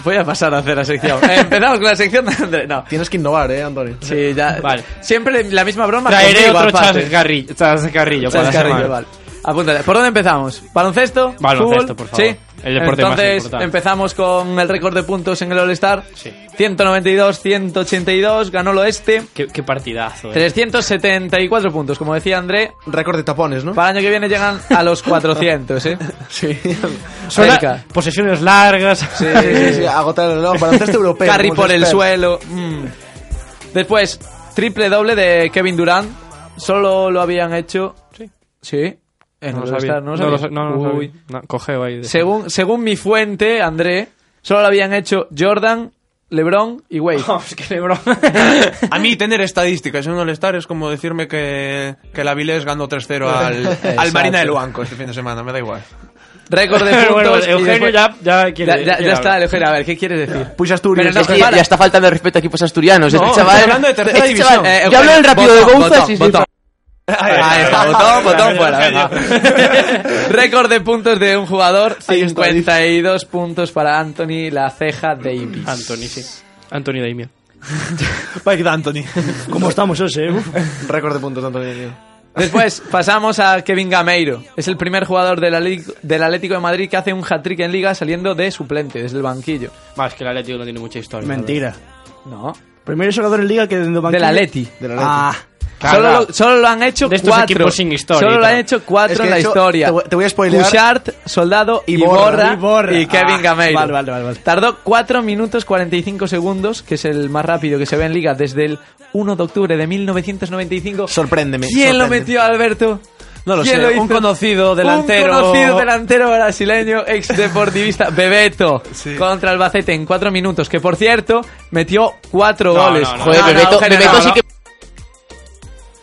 Speaker 10: Voy a pasar a hacer la sección. Eh, empezamos con la sección de André. No.
Speaker 5: Tienes que innovar, eh, Antonio.
Speaker 10: Sí, ya.
Speaker 3: Vale.
Speaker 10: Siempre la misma broma.
Speaker 3: Traeré
Speaker 10: contigo,
Speaker 3: otro
Speaker 10: aparte.
Speaker 3: chascarrillo, chascarrillo para la
Speaker 10: Chascarrillo,
Speaker 3: semana.
Speaker 10: vale. Apúntate. ¿Por dónde empezamos? ¿Baloncesto?
Speaker 3: Baloncesto,
Speaker 10: ¿Fútbol?
Speaker 3: por favor.
Speaker 10: Sí.
Speaker 3: El deporte más
Speaker 10: Entonces,
Speaker 3: importante.
Speaker 10: empezamos con el récord de puntos en el All-Star.
Speaker 3: Sí.
Speaker 10: 192, 182, ganó el Oeste.
Speaker 3: Qué, qué partidazo, eh.
Speaker 10: 374 puntos, como decía André.
Speaker 5: Récord de tapones, ¿no?
Speaker 10: Para el año que viene llegan a los 400,
Speaker 3: (laughs)
Speaker 10: ¿eh? Sí.
Speaker 3: Son la- posesiones largas.
Speaker 10: Sí,
Speaker 5: Sí, sí, sí, agotar el reloj. Baloncesto europeo.
Speaker 10: Carry
Speaker 5: como se
Speaker 10: por el
Speaker 5: espera.
Speaker 10: suelo. mm. Después, triple doble de Kevin Durant. Solo lo habían hecho. Sí. Sí. En
Speaker 3: No
Speaker 10: el
Speaker 3: lo sabía.
Speaker 10: All-Star,
Speaker 3: (laughs) No
Speaker 10: no lo
Speaker 3: lo sa-
Speaker 10: sabía.
Speaker 3: no, no lo
Speaker 10: Uy.
Speaker 3: sabía. No, cogeo ahí. de-
Speaker 10: Según, según mi fuente, André, solo lo habían hecho Jordan, LeBron y
Speaker 3: (laughs)
Speaker 10: Wade.
Speaker 3: Vamos, que Lebron.
Speaker 6: A mí tener estadísticas en un All-Star es como decirme que, que el Avilés ganó 3-0 al,
Speaker 10: (laughs)
Speaker 6: al
Speaker 10: Exacto.
Speaker 6: Marina de Luanco este fin de semana, me da igual.
Speaker 10: Récord de puntos.
Speaker 3: (laughs) Bueno, bueno,
Speaker 10: y
Speaker 3: Eugenio
Speaker 10: después-
Speaker 3: ya, ya quiere-
Speaker 10: Ya, ya-
Speaker 3: quiere
Speaker 10: ya está,
Speaker 3: hablar.
Speaker 10: Eugenio. A ver, ¿qué quieres decir?
Speaker 5: Pues Asturias.
Speaker 10: Pero no,
Speaker 8: Es que
Speaker 10: para.
Speaker 8: ya, ya está faltando el respeto a equipos asturianos.
Speaker 6: No,
Speaker 8: este
Speaker 6: estoy
Speaker 8: chaval,
Speaker 6: hablando de tercera
Speaker 8: este chaval-
Speaker 6: división.
Speaker 8: yo hablo del rápido de
Speaker 10: Botón,
Speaker 8: Gouza.
Speaker 10: botón,
Speaker 8: sí, sí,
Speaker 10: botón.
Speaker 6: Ahí
Speaker 10: Ahí Ah, está, botón, botón, fuera,
Speaker 6: pues,
Speaker 10: venga. Récord de puntos de un jugador, 52 puntos para Anthony La Ceja Davis.
Speaker 3: Anthony, sí. Anthony Daimiel.
Speaker 6: Mike D'Antoni.
Speaker 4: ¿Cómo estamos ese? eh? Uf.
Speaker 5: (laughs) Récord de puntos de Antonio.
Speaker 10: Después pasamos a Kevin Gameiro. Es el primer jugador de la lig- del Atlético de Madrid que hace un hat-trick en liga saliendo de suplente, desde el banquillo.
Speaker 3: Más que el Atlético no tiene mucha historia.
Speaker 4: Mentira.
Speaker 10: No.
Speaker 4: Primeros jugadores en liga que desde banquillo-
Speaker 10: Atleti.
Speaker 5: Del Atleti.
Speaker 4: Ah,
Speaker 10: Solo lo, solo lo han hecho
Speaker 3: De estos
Speaker 10: cuatro.
Speaker 3: equipos sin historia y
Speaker 10: Solo lo
Speaker 3: tal.
Speaker 10: han hecho cuatro
Speaker 5: Es que
Speaker 10: en la
Speaker 5: de hecho,
Speaker 10: historia.
Speaker 5: te voy- te voy a spoilear.
Speaker 10: Cushart, Soldado,
Speaker 5: Iborra.
Speaker 10: Iborra, y Kevin
Speaker 4: Ah,
Speaker 10: Gameiro.
Speaker 4: vale, vale, vale, vale.
Speaker 10: Tardó 4 minutos 45 segundos, que es el más rápido que se ve en liga desde el 1 de octubre de 1995.
Speaker 5: Sorpréndeme.
Speaker 10: ¿Quién lo
Speaker 5: sorpréndeme.
Speaker 10: metió, Alberto?
Speaker 6: No lo
Speaker 10: ¿Quién
Speaker 6: sé,
Speaker 10: lo
Speaker 6: un
Speaker 10: hizo?
Speaker 6: conocido delantero.
Speaker 10: Un conocido delantero brasileño, ex (laughs) deportivista, Bebeto,
Speaker 6: Sí.
Speaker 10: contra Albacete en 4 minutos, que por cierto, metió 4
Speaker 3: No,
Speaker 10: goles.
Speaker 3: no, no.
Speaker 8: Joder,
Speaker 10: No, no,
Speaker 8: Bebeto,
Speaker 10: Eugenio,
Speaker 8: Bebeto
Speaker 10: no,
Speaker 8: sí
Speaker 10: no.
Speaker 8: que.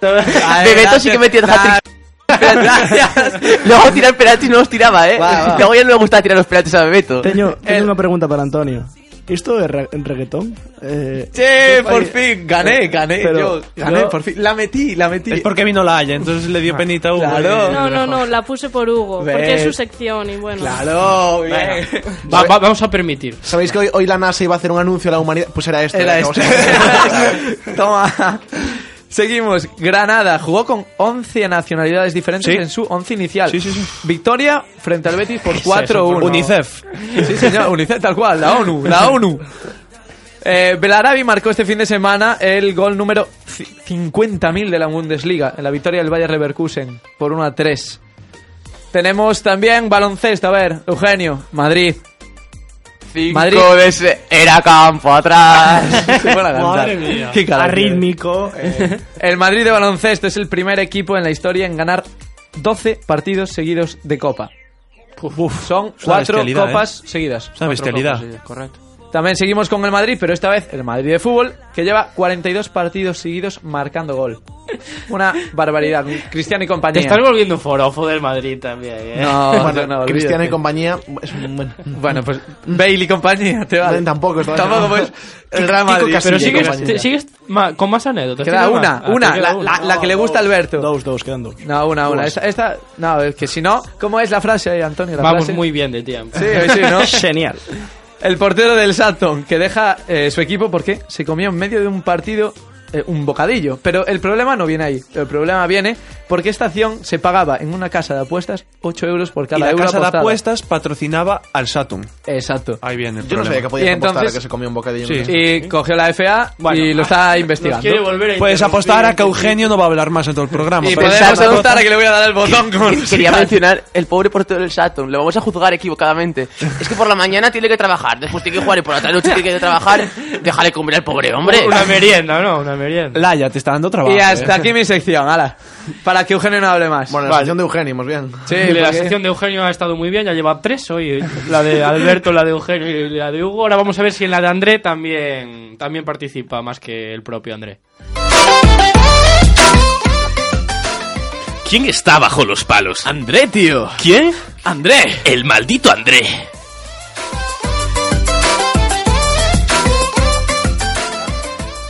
Speaker 8: Bebeto sí que metió el hat-trick.
Speaker 10: Gracias.
Speaker 8: Luego tirar penaltis no los tiraba, eh.
Speaker 10: Va, va.
Speaker 8: Luego ya no le gustaba tirar los penaltis a Bebeto.
Speaker 4: Teño, tengo una pregunta para Antonio. ¿Esto es re- reggaetón? Eh,
Speaker 10: Che, por fin, gané, gané.
Speaker 4: Pero-
Speaker 10: eh, yo gané, por fin. La metí, la metí.
Speaker 6: Es porque vino la Haya, entonces le dio penita a Hugo.
Speaker 10: Claro.
Speaker 6: Y-
Speaker 7: No, no, no, la puse por Hugo, porque es su
Speaker 10: ¿Ves?
Speaker 7: sección y bueno.
Speaker 10: Claro, bien.
Speaker 3: (laughs) Va- va- vamos a permitir.
Speaker 5: ¿Sabéis que hoy, hoy la NASA iba a hacer un anuncio a la humanidad? Pues era este.
Speaker 10: Era
Speaker 5: ¿no? O
Speaker 10: este.
Speaker 5: sea,
Speaker 10: Toma. Seguimos. Granada jugó con 11 nacionalidades diferentes en su 11 inicial.
Speaker 6: Sí, sí, sí.
Speaker 10: Victoria frente al Betis por 4-1.
Speaker 6: UNICEF.
Speaker 10: Sí, señor, UNICEF tal cual, la ONU, la (laughs) ONU. Eh, Belarabi marcó este fin de semana el gol número ci- 50.000 de la Bundesliga en la victoria del Bayer Leverkusen por 1 a 3. Tenemos también baloncesto, a ver, Eugenio, Madrid.
Speaker 8: Cinco
Speaker 10: Madrid.
Speaker 8: de se- Era campo atrás.
Speaker 10: Se pone a cantar. Qué carácter.
Speaker 4: arrítmico. (laughs) eh,
Speaker 10: El Madrid de baloncesto es el primer equipo en la historia en ganar 12 partidos seguidos de copa. Son
Speaker 6: una
Speaker 10: cuatro
Speaker 6: bestialidad, ¿eh?
Speaker 10: copas seguidas.
Speaker 6: una bestialidad.
Speaker 10: copas seguidas, correcto. También seguimos con el Madrid, pero esta vez el Madrid de fútbol, que lleva 42 partidos seguidos marcando gol. Una barbaridad. Cristiano y
Speaker 3: Te
Speaker 10: compañía.
Speaker 3: estás volviendo forofo del Madrid también, eh.
Speaker 10: No,
Speaker 5: bueno,
Speaker 10: yo no,
Speaker 5: Cristiano
Speaker 10: (laughs)
Speaker 5: y
Speaker 10: olvídate.
Speaker 5: compañía es un buen-
Speaker 10: Bueno, pues Bale y compañía, te vale.
Speaker 5: Vale, tampoco, ¿eh? está-
Speaker 10: Tampoco, pues. El Real
Speaker 5: Tico
Speaker 10: Madrid.
Speaker 5: Casillas.
Speaker 3: Pero
Speaker 5: Sí,
Speaker 3: sigues,
Speaker 5: compañero.
Speaker 3: te- sigues ma- con más anécdotas.
Speaker 10: Queda
Speaker 3: ¿Tienes
Speaker 10: una,
Speaker 3: más? Ah,
Speaker 10: una,
Speaker 3: te
Speaker 10: la,
Speaker 3: queda
Speaker 10: la- la que le gusta a Alberto.
Speaker 4: dos, dos, quedan dos.
Speaker 10: No, una, una. Esta, esta- no, es que si no, ¿cómo es la frase ahí, Antonio? La
Speaker 3: Vamos
Speaker 10: frase?
Speaker 3: muy bien de tiempo.
Speaker 10: Sí, hoy sí,
Speaker 3: (laughs)
Speaker 10: ¿no?
Speaker 4: Genial.
Speaker 10: El portero del Saturn, que deja eh, su equipo porque se comió en medio de un partido eh, un bocadillo. Pero el problema no viene ahí. El problema viene porque esta acción se pagaba en una casa de apuestas 8 euros por
Speaker 6: Y
Speaker 10: cada
Speaker 6: la
Speaker 10: euro
Speaker 6: casa de
Speaker 10: apostado.
Speaker 6: apuestas patrocinaba al Saturn.
Speaker 10: Exacto.
Speaker 6: Ahí viene el
Speaker 5: Yo no
Speaker 6: problema.
Speaker 5: sabía que
Speaker 10: Y
Speaker 5: podía apostar
Speaker 10: entonces-
Speaker 5: a que se comía un bocadillo.
Speaker 6: Sí.
Speaker 5: Sí.
Speaker 10: Y cogió la FA y lo está investigando.
Speaker 3: quiere volver a
Speaker 6: Puedes
Speaker 3: interrumpir.
Speaker 6: apostar a que Eugenio no va a hablar más en todo el programa.
Speaker 10: Y
Speaker 6: pero-
Speaker 10: podemos
Speaker 8: Pensando-
Speaker 10: apostar a que le voy a dar el botón con-
Speaker 8: Quería mencionar el pobre portero del Saturn. Lo vamos a juzgar equivocadamente. Es que por la mañana tiene que trabajar, después tiene que jugar y por la tarde noche tiene que trabajar. Déjale comer al pobre hombre.
Speaker 3: Una merienda, ¿no? Una merienda.
Speaker 6: Laia, te está dando trabajo.
Speaker 10: Y
Speaker 6: ¿eh?
Speaker 10: hasta aquí mi sección, ala. Para que Eugenio no hable más.
Speaker 5: Bueno, la sección de Eugenio, más bien.
Speaker 10: sí,
Speaker 3: la
Speaker 10: porque-
Speaker 3: sección de Eugenio ha estado muy bien, ya lleva tres hoy. La de Alberto, la de Eugenio y la de Hugo. Ahora vamos a ver si en la de André también, también participa más que el propio André.
Speaker 11: ¿Quién está bajo los palos? André, tío. ¿Quién? André. El maldito André.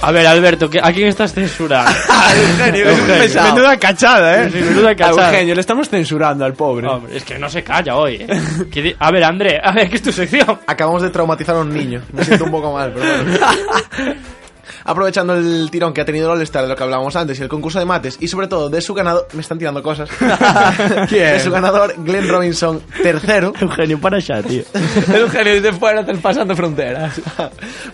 Speaker 3: A ver, Alberto, ¿qué- ¿a quién estás censurando?
Speaker 6: Eugenio, es un
Speaker 3: Eugenio.
Speaker 6: pesado. Menuda cachada, ¿eh?
Speaker 3: Sí, menuda cachada.
Speaker 6: Eugenio, le estamos censurando al
Speaker 5: ¿Eh?
Speaker 6: pobre.
Speaker 5: Ah,
Speaker 3: Hombre, es que no se calla hoy. ¿eh? Que di- A ver, André, a ver, ¿qué es tu sección?
Speaker 5: Acabamos de traumatizar a un niño. Me siento un poco mal, pero bueno.
Speaker 10: (laughs)
Speaker 5: Aprovechando el tirón que ha tenido el All-Star de lo que hablábamos antes y el concurso de mates, y sobre todo de su ganador. Me están
Speaker 10: (laughs)
Speaker 5: tirando cosas. (laughs) De su ganador, Glenn Robinson, tercero.
Speaker 4: Eugenio para allá, tío.
Speaker 10: Eugenio desde
Speaker 5: (laughs)
Speaker 10: fuera del pasando fronteras.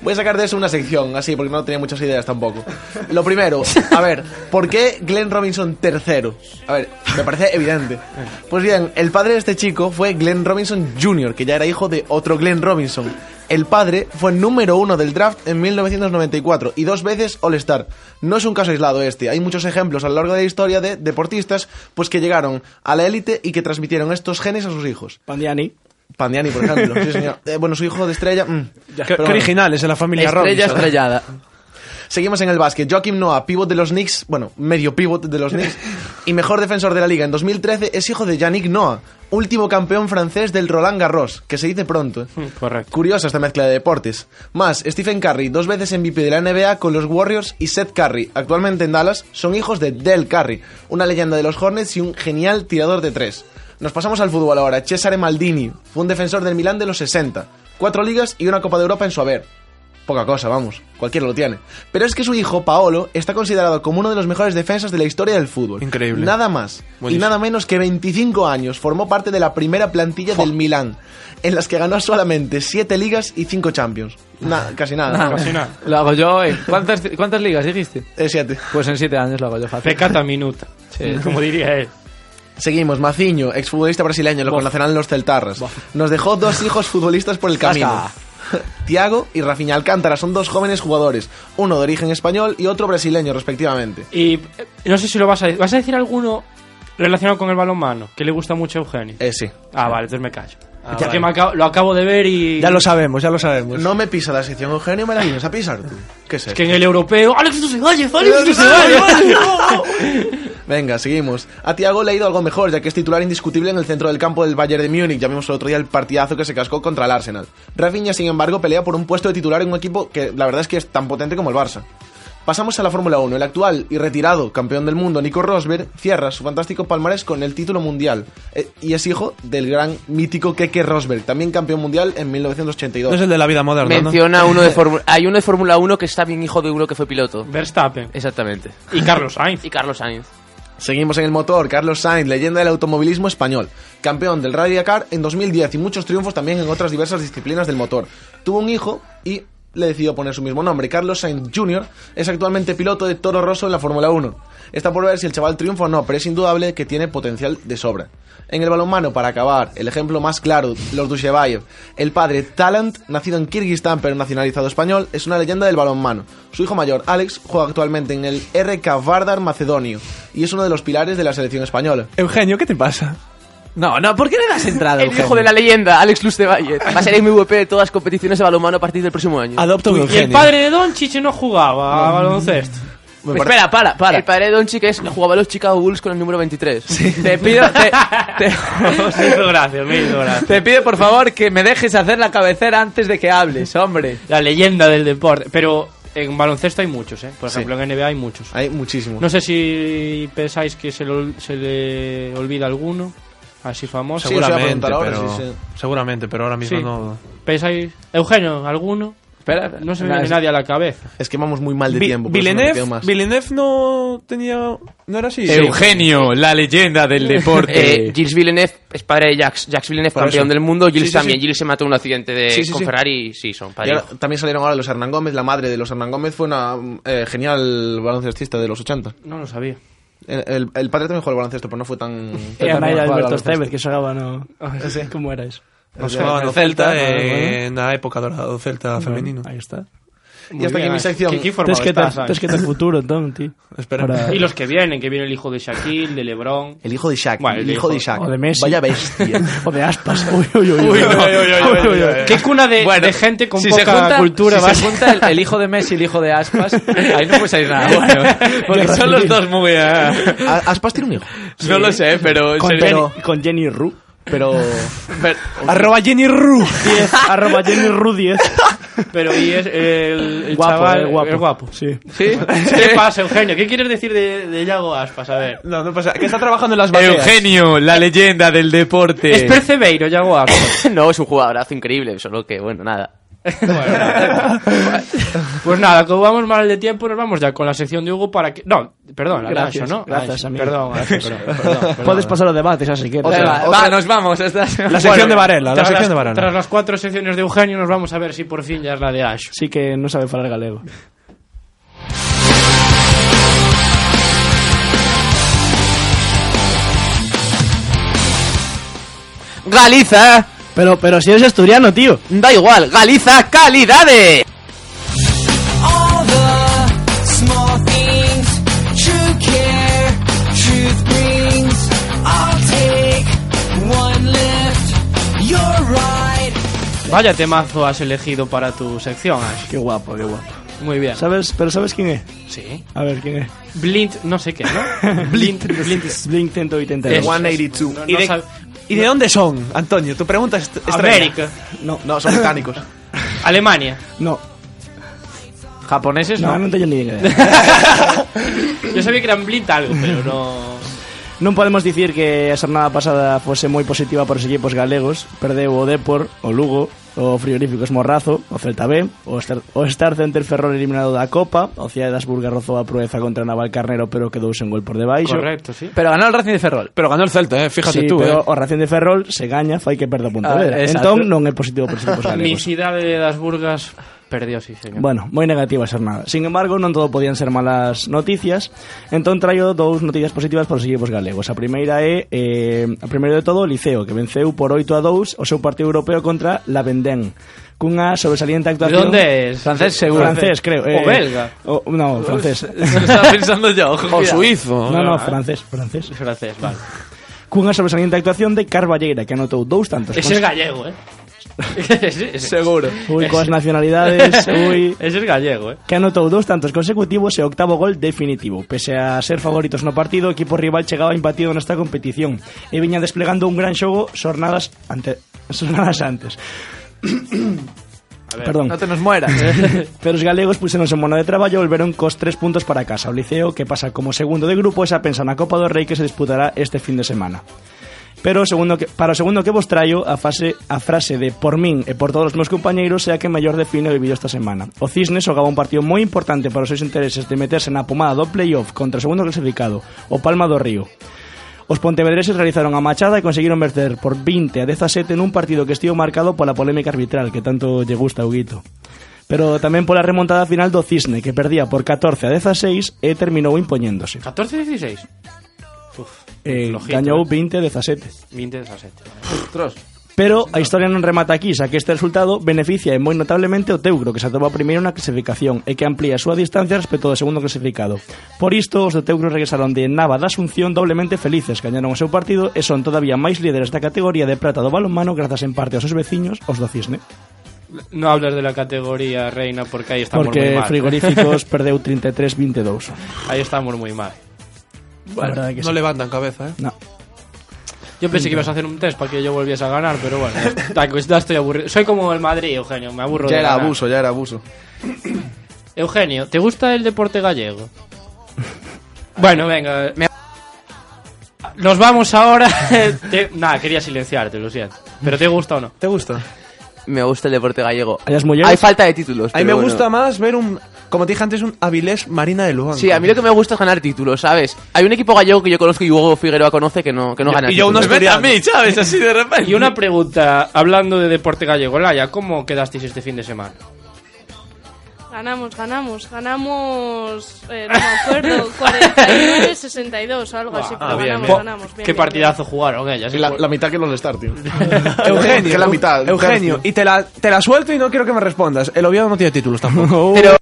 Speaker 5: Voy a sacar de eso una sección, así, porque no tenía muchas ideas tampoco. Lo primero, a ver, ¿por qué Glenn Robinson tercero? A ver, me parece evidente. Pues bien, el padre de este chico fue Glenn Robinson Jr., que ya era hijo de otro Glenn Robinson. El padre fue número uno del draft en 1994 y dos veces All-Star. No es un caso aislado este, hay muchos ejemplos a lo largo de la historia de deportistas pues que llegaron a la élite y que transmitieron estos genes a sus hijos.
Speaker 4: Pandiani.
Speaker 5: Pandiani, por ejemplo. Sí, señor. Eh, bueno, su hijo de estrella... mm.
Speaker 6: Qué- Qué,
Speaker 5: Pero bueno.
Speaker 6: originales en la familia
Speaker 10: Estrella
Speaker 6: Robinson. ¿eh?
Speaker 10: estrellada.
Speaker 5: Seguimos en el básquet. Joaquim Noah, pívot de los Knicks, bueno, medio pívot de los Knicks, y mejor defensor de la liga en 2013, es hijo de Yannick Noah, último campeón francés del Roland Garros, que se dice pronto. ¿eh?
Speaker 6: Hmm.
Speaker 3: Correcto.
Speaker 5: Curiosa esta mezcla de deportes. Más, Stephen Curry, dos veces MVP de la NBA con los Warriors y Seth Curry, actualmente en Dallas, son hijos de Del Curry, una leyenda de los Hornets y un genial tirador de tres. Nos pasamos al fútbol ahora. Cesare Maldini, fue un defensor del Milán de los 60, cuatro ligas y una Copa de Europa en su haber. Poca cosa, vamos. Cualquiera lo tiene. Pero es que su hijo, Paolo, está considerado como uno de los mejores defensas de la historia del fútbol.
Speaker 6: Increíble.
Speaker 5: Nada más y
Speaker 6: Buenísimo.
Speaker 5: nada menos que 25 años. Formó parte de la primera plantilla del Milán, en las que ganó solamente 7 ligas y 5 Champions. Na- casi nada.
Speaker 10: Lo hago yo, eh. ¿Cuántas, cuántas ligas dijiste?
Speaker 5: siete.
Speaker 10: Pues en siete años lo hago yo fácil.
Speaker 3: Pecata minuta. Como diría él.
Speaker 5: Seguimos, Maciño, exfutbolista brasileño, lo nacional en los Celtarras. Nos dejó dos hijos futbolistas por el camino. (laughs) Tiago y Rafinha Alcántara son dos jóvenes jugadores, uno de origen español y otro brasileño, respectivamente.
Speaker 3: Y eh, no sé si lo vas a decir. ¿Vas a decir alguno relacionado con el balonmano? Que le gusta mucho a Eugenio.
Speaker 5: Eh, sí.
Speaker 3: Ah, vale, entonces me callo.
Speaker 5: Ah,
Speaker 3: ya
Speaker 5: vale.
Speaker 3: que me acabo- lo acabo de ver y.
Speaker 5: Ya lo
Speaker 4: sabemos, ya lo sabemos.
Speaker 5: No me pisa la sección Eugenio, me la vienes a pisar tú. ¿Qué es
Speaker 3: Es
Speaker 5: esto?
Speaker 3: que en el europeo. ¡Alex, tú se vayas! ¡Alex, tú se
Speaker 5: Venga, seguimos. A Tiago le ha ido algo mejor, ya que es titular indiscutible en el centro del campo del Bayern de Múnich. Ya vimos el otro día el partidazo que se cascó contra el Arsenal. Rafinha, sin embargo, pelea por un puesto de titular en un equipo que la verdad es que es tan potente como el Barça. Pasamos a la Fórmula 1. El actual y retirado campeón del mundo, Nico Rosberg, cierra su fantástico palmarés con el título mundial. Eh, y es hijo del gran mítico Keke Rosberg, también campeón mundial en 1982.
Speaker 6: No es el de la vida moderna, ¿no?
Speaker 8: Menciona uno de Fórmula... Hay uno de Fórmula 1 que está bien hijo de uno que fue piloto.
Speaker 3: (laughs) Verstappen.
Speaker 8: Exactamente.
Speaker 3: Y Carlos
Speaker 5: (laughs)
Speaker 3: Sainz.
Speaker 8: Y Carlos Sainz.
Speaker 5: Seguimos en el motor, Carlos Sainz, leyenda del automovilismo español, campeón del Rally Dakar en 2010 y muchos triunfos también en otras diversas disciplinas del motor. Tuvo un hijo y le decidió poner su mismo nombre. Carlos Sainz Jr. es actualmente piloto de Toro Rosso en la Fórmula 1. Está por ver si el chaval triunfa o no, pero es indudable que tiene potencial de sobra. En el balonmano, para acabar, el ejemplo más claro, los Dushebayev. El padre Talent, nacido en Kirguistán pero nacionalizado español, es una leyenda del balonmano. Su hijo mayor, Alex, juega actualmente en el RK Vardar macedonio y es uno de los pilares de la selección española.
Speaker 6: Eugenio, ¿qué te pasa?
Speaker 10: No, no, ¿por qué le das entrada,
Speaker 8: El hijo de la leyenda, Alex Luz de Valle. Va a ser MVP de todas las competiciones de balonmano a partir del próximo año.
Speaker 4: Adopta un
Speaker 3: Y el
Speaker 4: Eugenio.
Speaker 3: padre de Don Chiche no jugaba a
Speaker 5: (laughs)
Speaker 3: baloncesto. (laughs)
Speaker 10: Pues
Speaker 8: Espera, para, para. El padre de Doncic es jugaba a los Chicago Bulls con el número 23.
Speaker 10: Te pido, te, te-
Speaker 3: Me hizo gracia, me hizo gracia.
Speaker 10: te pido, por favor, que me dejes hacer la cabecera antes de que hables, hombre.
Speaker 3: La leyenda del deporte. Pero en baloncesto hay muchos, ¿eh? Por ejemplo, en NBA hay muchos.
Speaker 5: Hay muchísimo.
Speaker 3: No sé si pensáis que se, lo- se le olvida alguno, así famoso.
Speaker 5: Sí, os iba a
Speaker 6: Seguramente,
Speaker 5: preguntar ahora,
Speaker 6: pero,
Speaker 5: sí,
Speaker 6: seguramente, pero ahora mismo
Speaker 3: Sí.
Speaker 6: no.
Speaker 3: ¿Pensáis, Eugenio, alguno?
Speaker 10: Espera,
Speaker 3: No se me
Speaker 10: nada,
Speaker 3: viene
Speaker 10: es-
Speaker 3: nadie a la cabeza.
Speaker 5: Es que vamos muy mal de
Speaker 6: Vi-
Speaker 5: tiempo. por eso no me
Speaker 6: Villeneuve,
Speaker 5: quedo más.
Speaker 6: Villeneuve no tenía. ¿No era así?
Speaker 11: Eugenio, la leyenda del
Speaker 8: Eh,
Speaker 11: deporte.
Speaker 8: Gilles Villeneuve es padre de Jacques. Jacques Villeneuve,
Speaker 5: Por
Speaker 8: campeón
Speaker 5: eso.
Speaker 8: del mundo. Gilles
Speaker 6: Sí, sí,
Speaker 8: también.
Speaker 6: sí.
Speaker 8: Gilles se mató en un accidente de,
Speaker 6: Sí, sí,
Speaker 8: con
Speaker 6: sí.
Speaker 8: Ferrari y sí, son
Speaker 5: Y
Speaker 8: padre.
Speaker 5: ahora también salieron ahora los Hernán Gómez, la madre de los Hernán Gómez fue una eh, genial baloncestista de los 80.
Speaker 3: No lo sabía.
Speaker 5: El, el- el padre también jugó al baloncesto, pero no fue tan...
Speaker 4: Pero
Speaker 10: Ella no
Speaker 4: también era
Speaker 10: juega
Speaker 4: Alberto
Speaker 10: al baloncesto.
Speaker 4: Estevez, que se haga, ¿no? (laughs) ¿Cómo era eso?
Speaker 6: Nos
Speaker 5: de-
Speaker 6: jugaban
Speaker 5: de
Speaker 6: al Celta,
Speaker 5: Celta,
Speaker 6: eh, en la época dorada del Celta femenino.
Speaker 4: Ahí está.
Speaker 5: Y hasta aquí mi sección.
Speaker 3: Qué- qué informado
Speaker 4: Tienes que
Speaker 3: estás,
Speaker 4: te-
Speaker 3: ¿sabes?
Speaker 4: tienes que te futuro, entonces, tío.
Speaker 6: Espera.
Speaker 4: Para-
Speaker 3: Y los que vienen, que viene el hijo de Shaquille, de Lebron.
Speaker 5: El hijo de Shaq.
Speaker 3: Bueno,
Speaker 5: el hijo de Shaq.
Speaker 4: o de Messi.
Speaker 5: Vaya bestia.
Speaker 4: O de aspas. (laughs) Uy, uy, uy. uy.
Speaker 3: Qué cuna de, de gente con
Speaker 10: si
Speaker 3: poca
Speaker 10: se junta,
Speaker 3: cultura.
Speaker 10: si
Speaker 3: vas-
Speaker 10: se junta el, el hijo de Messi y el hijo de Aspas, ahí no puede salir nada bueno. Porque son los dos muy...
Speaker 5: (laughs)
Speaker 10: eh,
Speaker 5: A- Aspas tiene un hijo.
Speaker 10: No lo sé, pero...
Speaker 4: Con,
Speaker 10: sería-
Speaker 4: Jenny, con Jenny Ru.
Speaker 5: Pero...
Speaker 4: (laughs)
Speaker 10: pero-
Speaker 6: Arroba Jenny Ru.
Speaker 4: 10, arroba Jenny Ru 10.
Speaker 3: Pero y es el, el
Speaker 4: Guapo,
Speaker 3: chaval
Speaker 4: eh, guapo.
Speaker 3: es guapo.
Speaker 4: Sí.
Speaker 10: ¿Sí?
Speaker 3: (laughs) ¿Qué pasa, Eugenio? ¿Qué quieres decir de, de Yago Aspas? A ver.
Speaker 6: (laughs) No, no pasa. Que está trabajando en las bateas.
Speaker 11: Eugenio, la leyenda del
Speaker 6: Eh.
Speaker 11: deporte.
Speaker 3: Es percebeiro, Yago Aspas.
Speaker 8: (laughs) no, es un jugadorazo increíble, solo que, bueno, nada.
Speaker 3: (laughs) Bueno. (laughs) pues nada, como vamos mal de tiempo, nos vamos ya con la sección de Hugo para que. No, perdón,
Speaker 4: Gracias,
Speaker 3: Aranxo, ¿no?
Speaker 4: gracias,
Speaker 3: Aranxo,
Speaker 4: amigo.
Speaker 3: Perdón, Aranxo, perdón, perdón, perdón.
Speaker 4: Puedes pasar los debates, así que...
Speaker 10: Venga,
Speaker 5: Otra-
Speaker 10: va,
Speaker 5: otra-
Speaker 10: nos vamos. hasta-
Speaker 6: La sección
Speaker 3: Bueno,
Speaker 6: de Varela, la
Speaker 3: tras
Speaker 6: sección
Speaker 3: las-
Speaker 6: de Varela.
Speaker 3: Tras las cuatro secciones de Eugenio, nos vamos a ver si por fin ya es la de Ash.
Speaker 4: Sí que no sabe hablar galego.
Speaker 8: ¡Galiza!
Speaker 4: Pero, pero si eres asturiano, tío.
Speaker 8: Da igual, Galiza, calidades.
Speaker 9: All the small things, true care, truth brings. I'll take one lift, you're right.
Speaker 3: Vaya temazo has elegido para tu sección, Ash.
Speaker 4: Qué guapo, qué guapo.
Speaker 3: Muy bien.
Speaker 4: ¿Sabes, pero ¿sabes quién es?
Speaker 3: Sí.
Speaker 4: A ver, ¿quién es?
Speaker 3: Blind, no sé qué, ¿no? Blind, Blind.
Speaker 4: Blink 182.
Speaker 3: Eso.
Speaker 5: 182.
Speaker 3: No,
Speaker 6: ¿Y,
Speaker 3: no
Speaker 6: de,
Speaker 3: sab-
Speaker 6: ¿Y de dónde son, Antonio? Tu pregunta es
Speaker 3: América.
Speaker 5: No, son británicos.
Speaker 3: (laughs) Alemania.
Speaker 4: No,
Speaker 3: Japoneses,
Speaker 4: no,
Speaker 3: no.
Speaker 4: non teño ni idea.
Speaker 3: Yo sabía que eran Blind algo, pero no.
Speaker 4: non podemos dicir que a xornada pasada fose moi positiva para os equipos galegos. Perdeu o Depor, o Lugo, o Frigoríficos Morrazo, o Celta B, o Star, o Star Center Ferrol eliminado da Copa, o Cidade das Burgas rozou a proeza contra Navalcarnero pero quedou sen gol por debaixo.
Speaker 3: Correcto, sí.
Speaker 10: Pero ganó el Racing de Ferrol.
Speaker 6: Pero ganó el Celta, eh, fíjate
Speaker 4: sí,
Speaker 6: tú,
Speaker 4: pero
Speaker 6: eh.
Speaker 4: o Racing de Ferrol se gaña fai que perda o Pontevedra.
Speaker 10: Ah, exacto.
Speaker 4: entón non é positivo para os equipos
Speaker 3: Mi
Speaker 4: galegos.
Speaker 3: cidade das Burgas perdió, sí, señor.
Speaker 4: pues- Bueno, moi negativas ser nada. Sin embargo, non todo podían ser malas noticias. Entón traio dous noticias positivas para os equipos galegos. A primeira é, eh, a primeira de todo, o Liceo, que venceu por 8 a 2 o seu partido europeo contra la Vendén. Cunha sobresaliente
Speaker 3: ¿De
Speaker 4: actuación...
Speaker 3: dónde es?
Speaker 10: Francés, seguro.
Speaker 4: Francés, creo. eh,
Speaker 3: O belga.
Speaker 4: o- no, francés.
Speaker 3: Eso (laughs) estaba pensando yo.
Speaker 6: O
Speaker 3: mira.
Speaker 4: (laughs)
Speaker 6: suizo.
Speaker 4: No, Ah. no, francés, francés.
Speaker 3: Francés, vale.
Speaker 4: Cunha sobresaliente actuación de Carballeira, que anotou dous tantos.
Speaker 3: Ese es (laughs) gallego, eh. Ese- ese-
Speaker 10: Seguro.
Speaker 4: Ui,
Speaker 3: (laughs)
Speaker 4: coas nacionalidades, ui...
Speaker 3: Ese es gallego, eh.
Speaker 4: que anotou dous tantos consecutivos e o octavo gol definitivo. Pese a ser favoritos no partido, o equipo rival chegaba impatido nesta competición e viña desplegando un gran xogo xornadas ante (laughs) xornadas antes. Perdón.
Speaker 10: No te nos
Speaker 6: (laughs)
Speaker 10: mueras.
Speaker 6: eh.
Speaker 4: Pero os galegos puxeronse en mono de traballo e volveron cos tres puntos para casa. O Liceo, que pasa como segundo de grupo, esa pensa na Copa do Rei que se disputará este fin de semana. Pero o segundo que, para o segundo que vos traio a, fase, a frase de por min e por todos os meus compañeiros é a que mellor define o vivido esta semana. O Cisnes xogaba un partido moi importante para os seus intereses de meterse na pomada do playoff contra o segundo clasificado, o Palma do Río. Os pontevedreses realizaron a machada e conseguiron vencer por 20 a 17 nun partido que estivo marcado pola polémica arbitral que tanto lle gusta a Huguito. Pero tamén pola remontada final do Cisne, que perdía por 14 a 16 e terminou impoñéndose.
Speaker 3: 14-16.
Speaker 4: Eh,
Speaker 3: Flojito,
Speaker 4: gañou
Speaker 3: eh.
Speaker 4: 20 a 17.
Speaker 3: 20-17.
Speaker 4: Pero a historia non remata aquí, xa que este resultado beneficia e moi notablemente o Teucro, que se atopa primeiro na clasificación e que amplía a súa distancia respecto do segundo clasificado. Por isto, os do Teucro regresaron de Nava da Asunción doblemente felices, gañaron o seu partido e son todavía máis líderes da categoría de prata do balonmano grazas en parte aos seus veciños, os do Cisne,
Speaker 3: No hables de la categoría reina porque ahí estamos muy
Speaker 4: porque
Speaker 3: mal. ¿eh?
Speaker 4: Frigoríficos perdeu 33-22.
Speaker 3: Ahí estamos muy mal.
Speaker 4: Bueno, verdade que
Speaker 6: no
Speaker 4: (laughs)
Speaker 6: levantan cabeza, eh.
Speaker 4: No.
Speaker 3: Yo pensé que ibas a hacer un test para que yo volviese a ganar, pero bueno, (laughs) ya- ya estoy aburrido. Soy como el Madrid, Eugenio, me aburro
Speaker 5: Ya
Speaker 3: de
Speaker 5: era
Speaker 3: ganar.
Speaker 5: abuso, ya era abuso.
Speaker 3: Eugenio, ¿te gusta el deporte gallego? Bueno, venga.
Speaker 8: Me-
Speaker 3: Nos vamos ahora. (laughs) Te- Nada, quería silenciarte, lo siento. ¿Pero te gusta o no?
Speaker 6: ¿Te gusta?
Speaker 8: Me gusta el deporte gallego.
Speaker 4: Hay las mulleres.
Speaker 8: Hay falta de títulos.
Speaker 6: A mí me
Speaker 8: pero bueno.
Speaker 6: gusta más ver un, como te dije antes, un Avilés Marina de Luan.
Speaker 8: Sí, a mí lo que me gusta es ganar títulos, ¿sabes? Hay un equipo gallego que yo conozco y Hugo Figueroa conoce que no, que no gana
Speaker 6: Y yo
Speaker 8: títulos.
Speaker 6: unos a mí, ¿sabes? Así de repente.
Speaker 3: Y una pregunta, hablando de deporte gallego, Laia, ¿cómo quedasteis este fin de semana?
Speaker 7: Ganamos, ganamos, ganamos. eh, no me acuerdo, 49-62 o algo así. Pero ganamos,
Speaker 3: Jo,
Speaker 7: ganamos. Ah, bien,
Speaker 3: Qué
Speaker 7: bien,
Speaker 3: partidazo jugaron ellas. eh?
Speaker 5: Sí, la, la mitad que los de
Speaker 6: (laughs)
Speaker 5: Star, tío.
Speaker 6: Eugenio.
Speaker 5: Que la mitad. un
Speaker 6: Eugenio,
Speaker 5: tercio.
Speaker 6: y te la, te la suelto y no quiero que me respondas. El Oviedo no tiene títulos tampoco. (laughs)
Speaker 8: Pero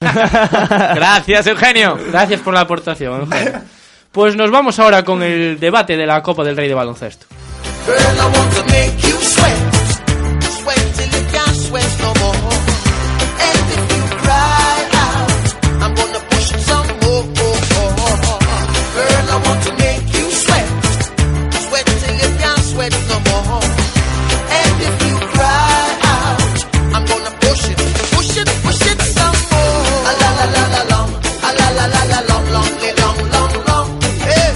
Speaker 10: Gracias, Eugenio.
Speaker 3: Gracias por la aportación, Eugenio. Pues nos vamos ahora con el debate de la Copa del Rey de Baloncesto.
Speaker 1: Girl, I want to make you sweat. Sweat till you can't sweat no more. And if you cry out, I'm gonna push you some more. Girl, I want to make you sweat. Sweat till you can't sweat no more. And if you cry out, I'm gonna push it, push it, push it some more. A la la la la long, a la la la la long, long, long, long, long. Hey.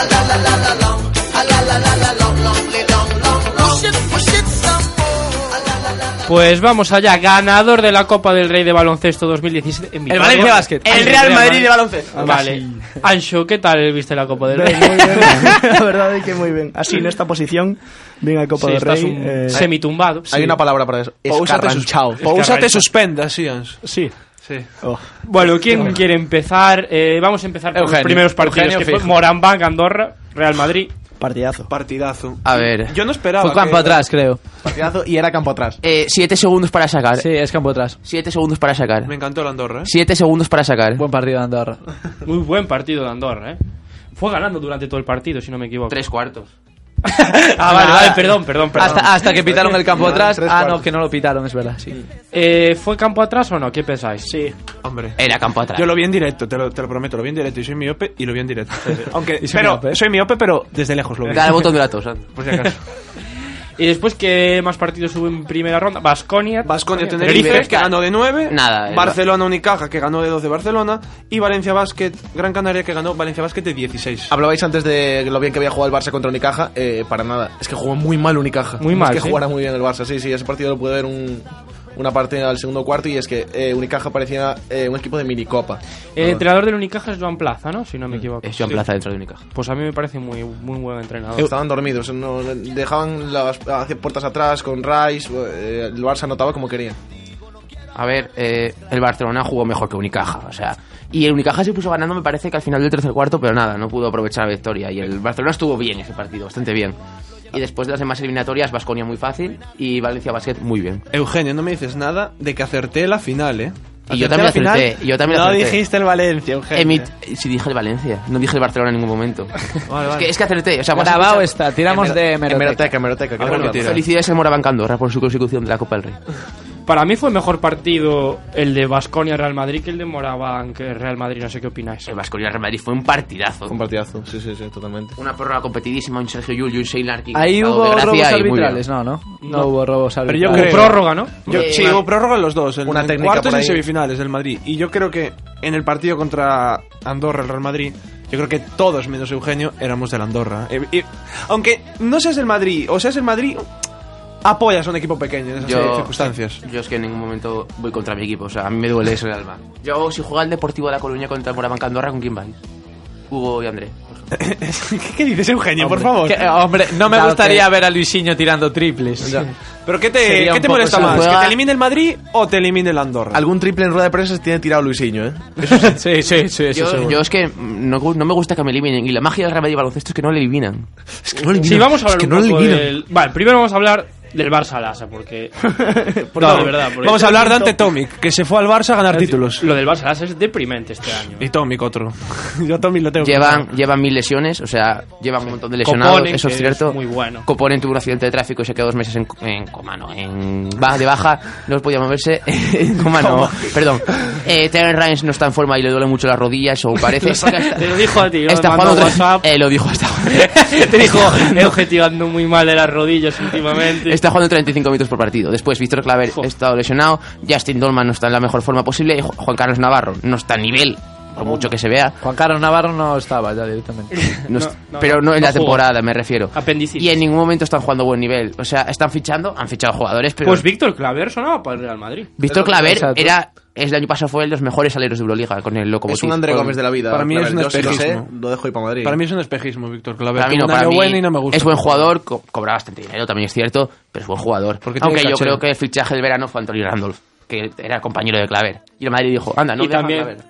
Speaker 1: A la la la la long, a la la la la long, long, long, long, long. Push it, push it some more. A la la la la.
Speaker 3: Pues vamos allá, ganador de la Copa del Rey de Baloncesto 2017. en
Speaker 10: El
Speaker 3: Vitoria.
Speaker 10: Valencia Basket.
Speaker 3: El Real Madrid de baloncesto. Vale. Ancho, ¿qué tal viste la Copa del
Speaker 4: (laughs)
Speaker 3: Rey?
Speaker 4: Moi ben, a verdade é que moi ben. Así nesta posición, vin a
Speaker 3: Sí,
Speaker 4: Copa do
Speaker 3: estás
Speaker 4: Rei.
Speaker 3: un
Speaker 4: eh,
Speaker 3: semitumbado.
Speaker 5: Hay una palabra para eso. Escarranchao.
Speaker 6: Pousa te suspenda, sí, Ans.
Speaker 4: Sí.
Speaker 6: Sí.
Speaker 4: Oh.
Speaker 3: Bueno, ¿quién quiere empezar? Eh, vamos a empezar por los
Speaker 6: Eugenio.
Speaker 3: primeros partidos.
Speaker 6: Eugenio
Speaker 3: que fue
Speaker 6: fijo.
Speaker 3: Moranbán, Andorra, Real Madrid.
Speaker 4: Partidazo.
Speaker 6: Partidazo.
Speaker 8: A ver. Pues,
Speaker 6: Yo no esperaba.
Speaker 10: Fue campo
Speaker 6: que-
Speaker 10: atrás, creo.
Speaker 5: Partidazo y era campo atrás.
Speaker 8: eh, siete segundos para sacar.
Speaker 10: Sí, es campo atrás.
Speaker 8: Siete segundos para sacar.
Speaker 6: Me encantó la Andorra, ¿eh?
Speaker 8: Siete segundos para sacar.
Speaker 10: Buen partido de Andorra.
Speaker 3: Muy buen partido de Andorra, ¿eh? Fue ganando durante todo el partido, si no me equivoco.
Speaker 8: Tres cuartos.
Speaker 3: Ah, vale, vale, perdón, perdón, perdón.
Speaker 10: Hasta, hasta que pitaron el campo atrás.
Speaker 5: tres
Speaker 10: Ah, no,
Speaker 5: cuartos.
Speaker 10: que no lo pitaron, es verdad, sí.
Speaker 3: Eh, ¿Fue campo atrás o no? ¿Qué pensáis? Sí.
Speaker 6: Hombre.
Speaker 8: Era campo atrás.
Speaker 6: Yo lo vi en directo, te lo, te lo prometo, lo vi en directo y soy miope y lo vi en directo. Aunque,
Speaker 10: Y soy
Speaker 6: pero,
Speaker 10: miope.
Speaker 6: soy miope, pero desde lejos lo vi. (laughs)
Speaker 8: Dale al botón de la tos. anda.
Speaker 6: Por si acaso.
Speaker 3: Y después, ¿qué más partidos hubo en primera ronda? Basconia.
Speaker 6: Basconia Tenerife, que ganó de 9.
Speaker 8: Nada, eh,
Speaker 6: Barcelona Unicaja, que ganó de 12 Barcelona. Y Valencia Basket, Gran Canaria, que ganó Valencia Basket de 16.
Speaker 5: Hablabais antes de lo bien que había jugado el Barça contra Unicaja. eh, para nada. Es que jugó muy mal Unicaja.
Speaker 3: Muy
Speaker 5: No
Speaker 3: mal,
Speaker 5: Es que
Speaker 3: ¿sí?
Speaker 5: jugara muy bien el Barça. Sí, sí, ese partido lo pude ver un- una parte al segundo cuarto y es que eh, Unicaja parecía eh, un equipo de minicopa.
Speaker 3: El entrenador del Unicaja es Joan Plaza, ¿no? Si no me equivoco.
Speaker 8: Es Joan Plaza dentro de Unicaja.
Speaker 3: Pues a mí me parece muy, muy buen entrenador.
Speaker 5: Estaban dormidos, no, dejaban las hacia puertas atrás con Rice, eh, el Barça anotaba como quería.
Speaker 8: A ver, eh, el Barcelona jugó mejor que Unicaja, o sea... Y el Unicaja se puso ganando, me parece, que al final del tercer cuarto, pero nada, no pudo aprovechar la victoria. Y el Barcelona estuvo bien ese partido, bastante bien. Y después de las demás eliminatorias, Vasconia muy fácil y Valencia Basket muy bien.
Speaker 6: Eugenio, no me dices nada de que acerté la final, ¿eh?
Speaker 8: Y yo también
Speaker 6: Acerté la
Speaker 8: acerté, yo también
Speaker 4: No
Speaker 8: acerté.
Speaker 4: dijiste el Valencia, Eugenio.
Speaker 8: Emit- eh, sí, dije el Valencia, no dije el Barcelona en ningún momento. (laughs) Es, que, es que acerté, o sea... vas a
Speaker 10: Grabado
Speaker 8: escuchar-
Speaker 10: está, tiramos de hemeroteca.
Speaker 5: Hemeroteca, hemeroteca. que
Speaker 8: Bueno,
Speaker 5: recordamos.
Speaker 8: felicidades al Morabanca Andorra por su consecución de la Copa del Rey.
Speaker 3: Para mí fue mejor partido el de Basconia Real Madrid que el de Moraván que Real Madrid, no sé qué opináis.
Speaker 8: El Vasconia Real Madrid fue un partidazo.
Speaker 5: Un partidazo, sí, sí, sí, totalmente.
Speaker 8: Una prórroga competidísima, un Sergio Llull y un Shane Larkin.
Speaker 10: Ahí
Speaker 8: Estado
Speaker 10: hubo
Speaker 8: de gracia
Speaker 10: robos
Speaker 8: y muy bien.
Speaker 10: arbitrales, no, no, no. hubo robos
Speaker 3: Pero
Speaker 10: arbitrales.
Speaker 3: yo creo prórroga, ¿no?
Speaker 6: Yo-
Speaker 8: Eh,
Speaker 6: sí,
Speaker 8: vale.
Speaker 6: hubo prórroga en los dos, en,
Speaker 5: Una
Speaker 6: en
Speaker 5: técnica
Speaker 6: cuartos
Speaker 5: por
Speaker 6: y
Speaker 5: ahí.
Speaker 6: semifinales del Madrid. Y yo creo que en el partido contra Andorra, el Real Madrid, yo creo que todos menos Eugenio éramos del Andorra. Eh, eh, aunque no seas del Madrid o seas el Madrid, apoyas a un equipo pequeño en esas
Speaker 8: Yo-
Speaker 6: circunstancias.
Speaker 8: Yo es que en ningún momento voy contra mi equipo, o sea, a mí me duele eso en el alma. Yo, si juega el Deportivo de La Coruña contra el Morabanca Andorra, ¿con quién vais? Hugo y André.
Speaker 6: ¿Qué, qué dices, Eugenio, por favor?
Speaker 10: Que, eh, hombre, no me
Speaker 4: Dado
Speaker 10: gustaría ver a Luisinho tirando triples.
Speaker 6: ¿Pero qué te,
Speaker 10: Sería
Speaker 6: qué
Speaker 10: un
Speaker 6: te
Speaker 10: poco
Speaker 6: molesta
Speaker 10: solo.
Speaker 6: más? ¿Que
Speaker 8: Juega-
Speaker 6: te elimine el Madrid o te elimine el Andorra?
Speaker 5: Algún triple en rueda de prensa tiene tirado Luisinho, ¿eh?
Speaker 10: sí, sí, sí. eso
Speaker 8: Yo,
Speaker 10: seguro.
Speaker 8: yo es que mm, no, no me gusta que me eliminen, y la magia del Real Madrid baloncesto es que no le eliminan.
Speaker 3: Sí, vamos a hablar un poco del... Vale, primero vamos a hablar del Barça-Lasa, porque... no, de verdad. porque-
Speaker 6: Vamos a hablar de Ante Tomic, que se fue al Barça a ganar títulos.
Speaker 3: Lo del Barça-Lasa es deprimente este año.
Speaker 6: Y Tomic otro. (laughs) yo Tomic lo tengo.
Speaker 8: Llevan, llevan mil lesiones, o sea, llevan un montón de
Speaker 3: Coponen,
Speaker 8: lesionados, eso
Speaker 3: que
Speaker 8: es cierto.
Speaker 3: muy bueno.
Speaker 8: Coponen tuvo un accidente de tráfico y se quedó dos meses en, en coma, no, en baja de baja, no podía moverse, (laughs) en coma no, perdón. Eh, Terence Ryan no está en forma y le duele mucho las rodillas, o parece.
Speaker 3: Te (laughs) lo dijo a ti, ¿no?
Speaker 8: Está
Speaker 3: Me
Speaker 8: jugando
Speaker 3: mandó
Speaker 8: otra-
Speaker 3: WhatsApp.
Speaker 8: Eh, lo dijo hasta
Speaker 3: (laughs) Te dijo, he objetivando muy mal de las rodillas últimamente.
Speaker 8: Está jugando 35 minutos por partido. Después, Víctor Claver
Speaker 3: Jo.
Speaker 8: ha estado lesionado. Justin Dolman no está en la mejor forma posible. Y Ju- Juan Carlos Navarro no está a nivel, por mucho que se vea.
Speaker 10: Juan Carlos Navarro no estaba ya directamente.
Speaker 3: (laughs) No,
Speaker 8: No est-
Speaker 3: no,
Speaker 8: pero no,
Speaker 3: no
Speaker 8: en la
Speaker 3: jugó.
Speaker 8: temporada, me refiero.
Speaker 3: Apendicitis.
Speaker 8: Y en ningún momento están jugando a buen nivel. O sea, están fichando, han fichado jugadores, pero.
Speaker 3: Pues Víctor Claver sonaba para el Real Madrid.
Speaker 8: Víctor Claver
Speaker 10: Exacto.
Speaker 8: era. Es el año pasado fue el de los mejores aleros de Euroliga con el Locomotiv.
Speaker 5: Es un André
Speaker 8: Con-
Speaker 5: Gómez de la vida.
Speaker 6: para mí
Speaker 5: A
Speaker 6: es
Speaker 5: ver,
Speaker 6: un
Speaker 5: yo sí lo sé,
Speaker 6: espejismo.
Speaker 5: lo dejo ahí para Madrid.
Speaker 6: Para mí es un espejismo, Víctor Claver.
Speaker 8: Para mí
Speaker 6: Tuvo
Speaker 8: no,
Speaker 6: un
Speaker 8: para
Speaker 6: año
Speaker 8: mí
Speaker 6: bueno y no me gusta.
Speaker 8: es buen jugador, co- cobra bastante dinero, también es cierto, pero es buen jugador.
Speaker 6: Porque tiene
Speaker 8: Aunque yo
Speaker 6: caché.
Speaker 8: creo que el fichaje del verano fue Anthony Randolph, que era compañero de Claver. Y el Madrid dijo, anda, no
Speaker 3: y
Speaker 8: deja a
Speaker 3: también
Speaker 8: Claver.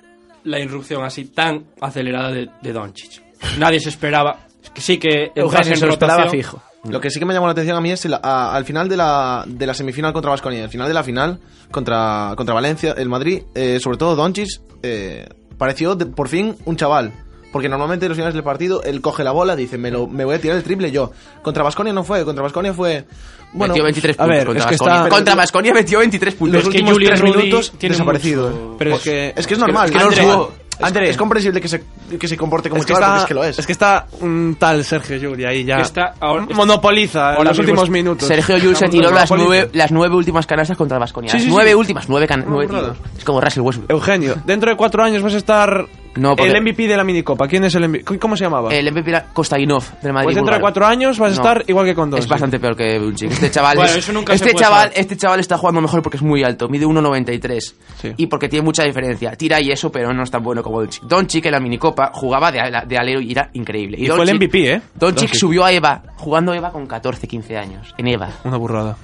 Speaker 3: la irrupción así tan acelerada de, de Doncic. Nadie se esperaba. Es que sí que entrase
Speaker 10: Eugenio
Speaker 3: en
Speaker 10: se lo esperaba
Speaker 3: rotación.
Speaker 8: (laughs)
Speaker 10: fijo.
Speaker 5: Lo que sí que me llamó la atención a mí es el- a- al final de la, de la semifinal contra Vasconia, al final de la final contra, contra Valencia, el Madrid, eh, sobre todo Doncic, eh, pareció de- por fin un chaval. Porque normalmente en los finales del partido él coge la bola, dice, me, lo, me voy a tirar el triple yo. Contra Vasconia no fue, contra Vasconia fue... Bueno,
Speaker 8: metió 23
Speaker 6: a
Speaker 8: puntos
Speaker 6: ver,
Speaker 8: contra
Speaker 6: es que
Speaker 8: Baskonia.
Speaker 6: está-
Speaker 8: Contra Basconia metió 23 puntos.
Speaker 5: los
Speaker 3: es que
Speaker 5: últimos
Speaker 3: Julius
Speaker 5: tres
Speaker 3: Rudi
Speaker 5: minutos
Speaker 3: tiene
Speaker 5: desaparecido.
Speaker 3: mucho-
Speaker 6: Pero es que-
Speaker 5: es que es normal.
Speaker 6: es que no
Speaker 5: André,
Speaker 6: jugó.
Speaker 5: es,
Speaker 6: André.
Speaker 5: es comprensible que se, que se comporte como
Speaker 6: es que,
Speaker 5: chaval,
Speaker 6: está,
Speaker 5: porque es que lo es.
Speaker 6: es que está un tal Sergio Yuri ahí ya.
Speaker 3: Que está ahora-
Speaker 6: monopoliza
Speaker 3: ahora
Speaker 6: los
Speaker 3: mismo
Speaker 6: últimos
Speaker 3: es-
Speaker 6: minutos.
Speaker 8: Sergio Llull se tiró las
Speaker 6: Monopoliza.
Speaker 8: nueve, las nueve últimas canastas contra Basconia.
Speaker 6: Sí, sí, sí.
Speaker 8: nueve últimas, nueve canastas.
Speaker 6: burrada.
Speaker 8: Es como Russell Westbrook.
Speaker 6: Eugenio, dentro de cuatro años vas a estar
Speaker 8: No, porque-
Speaker 6: el MVP de la minicopa. ¿Quién es el MVP? ¿Cómo se llamaba?
Speaker 8: El MVP era Kostaginov del Madrid.
Speaker 6: pues dentro de
Speaker 8: búlgaro.
Speaker 6: Pues cuatro años vas a
Speaker 8: No.
Speaker 6: estar igual que con dos.
Speaker 8: Es bastante peor que Bunchik. Este chaval,
Speaker 3: Bueno,
Speaker 8: es-
Speaker 3: eso nunca se
Speaker 8: este,
Speaker 3: puede
Speaker 8: chaval
Speaker 3: saber.
Speaker 8: este chaval está jugando mejor porque es muy alto, mide 1.93
Speaker 6: Sí.
Speaker 8: y porque tiene mucha diferencia. Tira y eso, pero no es tan bueno como Doncic. Doncic en la minicopa jugaba de, ala- de alero y era increíble.
Speaker 6: Y fue el
Speaker 8: Doncic-
Speaker 6: MVP, ¿eh?
Speaker 8: Doncic
Speaker 6: Doncic.
Speaker 8: subió a Eva, jugando Eva con 14, 15 años. En Eva.
Speaker 6: Una burrada.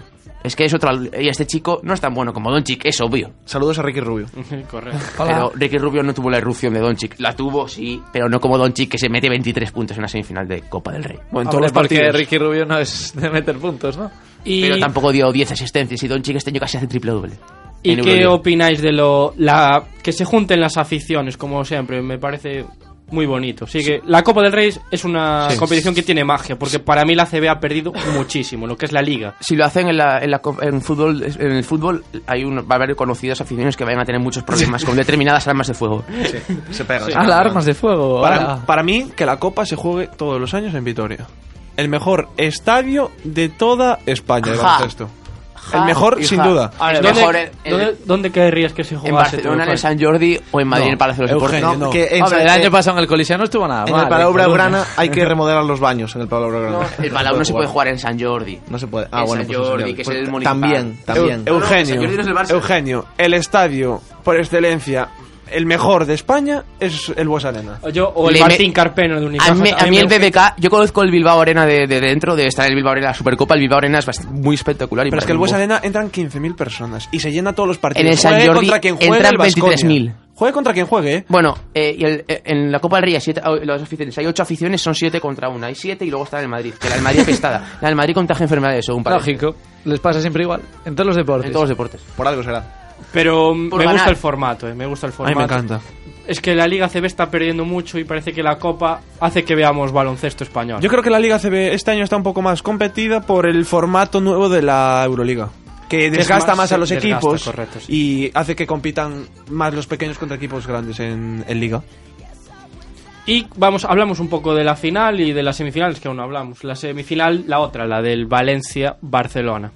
Speaker 8: Es que es otro. al- Y este chico no es tan bueno como Doncic, es obvio.
Speaker 5: Saludos a Ricky Rubio.
Speaker 3: Correcto.
Speaker 8: Pero Ricky Rubio no tuvo la irrupción de Doncic. La tuvo, sí, pero no como Doncic que se mete 23 puntos en la semifinal de Copa del Rey.
Speaker 6: Bueno, en
Speaker 10: Hombre,
Speaker 6: todos los
Speaker 10: porque
Speaker 6: partidos.
Speaker 10: Ricky Rubio no es de meter puntos, ¿no?
Speaker 3: Y,
Speaker 8: Pero tampoco dio 10 asistencias y Doncic este año casi hace triple doble.
Speaker 3: ¿y
Speaker 8: En
Speaker 3: qué
Speaker 8: Euroliga.
Speaker 3: opináis de lo la que se junten las aficiones, como siempre? Me parece muy bonito. Sí, que la Copa del Rey es una competición que tiene magia, porque para mí la CB ha perdido muchísimo, lo que es la liga.
Speaker 8: si lo hacen en, la, en, la co- en fútbol en el fútbol hay un, va a haber conocidas aficiones que vayan a tener muchos problemas con determinadas armas de fuego
Speaker 5: Se pega. se
Speaker 10: Ah,
Speaker 5: pega.
Speaker 10: las armas de fuego.
Speaker 6: Para,
Speaker 10: ala.
Speaker 6: para mí, que la copa se juegue todos los años en Vitoria. el mejor estadio de toda España de
Speaker 8: Ja.
Speaker 6: baloncesto.
Speaker 8: Ja
Speaker 6: el mejor,
Speaker 8: y
Speaker 6: sin
Speaker 8: ja.
Speaker 6: duda.
Speaker 8: A ver,
Speaker 3: ¿Dónde,
Speaker 8: mejor en- en-
Speaker 3: dónde- dónde querrías que se
Speaker 8: en
Speaker 3: jugase? todo
Speaker 8: Barcelona,
Speaker 3: el
Speaker 8: en el
Speaker 3: país?
Speaker 8: San Jordi o en Madrid,
Speaker 6: No,
Speaker 8: en el Palacio de los
Speaker 6: Eugenio,
Speaker 8: Deportes.
Speaker 6: no.
Speaker 5: que en
Speaker 10: Hombre, el
Speaker 5: San-
Speaker 10: año pasado en el Coliseo no estuvo nada
Speaker 5: en
Speaker 10: mal.
Speaker 5: el
Speaker 10: Cataluña.
Speaker 5: Palau Blaugrana hay que remodelar los baños en el Palau Blaugrana.
Speaker 8: El Palau no se puede jugar en San Jordi.
Speaker 5: No se puede. Ah,
Speaker 8: en
Speaker 5: bueno,
Speaker 8: San
Speaker 5: pues no se
Speaker 8: Jordi,
Speaker 5: puede.
Speaker 8: que es
Speaker 5: Pues
Speaker 8: el
Speaker 5: ta-
Speaker 8: municipal.
Speaker 5: También,
Speaker 6: Eu-
Speaker 5: también.
Speaker 8: No, no, San Jordi no es el
Speaker 6: Eugenio,
Speaker 8: Barça.
Speaker 6: Eugenio, el estadio por excelencia, el mejor de España es el Bues Arena.
Speaker 3: O yo, o el
Speaker 8: Le me-
Speaker 3: Martín Carpeno de
Speaker 8: A
Speaker 3: Unicaja.
Speaker 8: mí, a
Speaker 3: también
Speaker 8: mí el
Speaker 3: me-
Speaker 8: BBK, yo conozco el Bilbao Arena de, de dentro, de estar en el Bilbao Arena, la Supercopa, el Bilbao Arena es bast- muy espectacular. y
Speaker 6: Pero es
Speaker 8: para
Speaker 6: que el
Speaker 8: mí
Speaker 6: Bues
Speaker 8: un-
Speaker 6: Arena entran 15.000 personas y se llena todos los partidos.
Speaker 8: En el San
Speaker 6: Juegue
Speaker 8: Jordi
Speaker 6: contra quien juegue
Speaker 8: entran
Speaker 6: el Baskonia.
Speaker 8: 23.000.
Speaker 6: Juegue contra quien juegue, ¿eh?
Speaker 8: Bueno, eh, y el- eh, en la Copa del Rey hay, siete, hay- los aficiones, hay ocho aficiones, son siete contra una. Hay siete y luego está el Madrid, que la del Madrid pestada. La del Madrid contagia enfermedades, según parece.
Speaker 10: Lógico. Les pasa siempre igual. En todos los deportes.
Speaker 8: En todos los deportes.
Speaker 5: Por algo será.
Speaker 3: Pero mm, me
Speaker 8: ganar.
Speaker 3: gusta el formato, eh, me gusta el formato. Es que la Liga CB está perdiendo mucho y parece que la Copa hace que veamos baloncesto español.
Speaker 6: Yo creo que la Liga CB este año está un poco más competida por el formato nuevo de la Euroliga. Que desgasta
Speaker 3: más-
Speaker 6: más, a los
Speaker 3: desgasta,
Speaker 6: equipos
Speaker 3: correcto, sí.
Speaker 6: y hace que compitan más los pequeños contra equipos grandes en, en Liga.
Speaker 3: Y vamos, hablamos un poco de la final y de las semifinales que aún no hablamos. La semifinal, la otra, la del Valencia-Barcelona.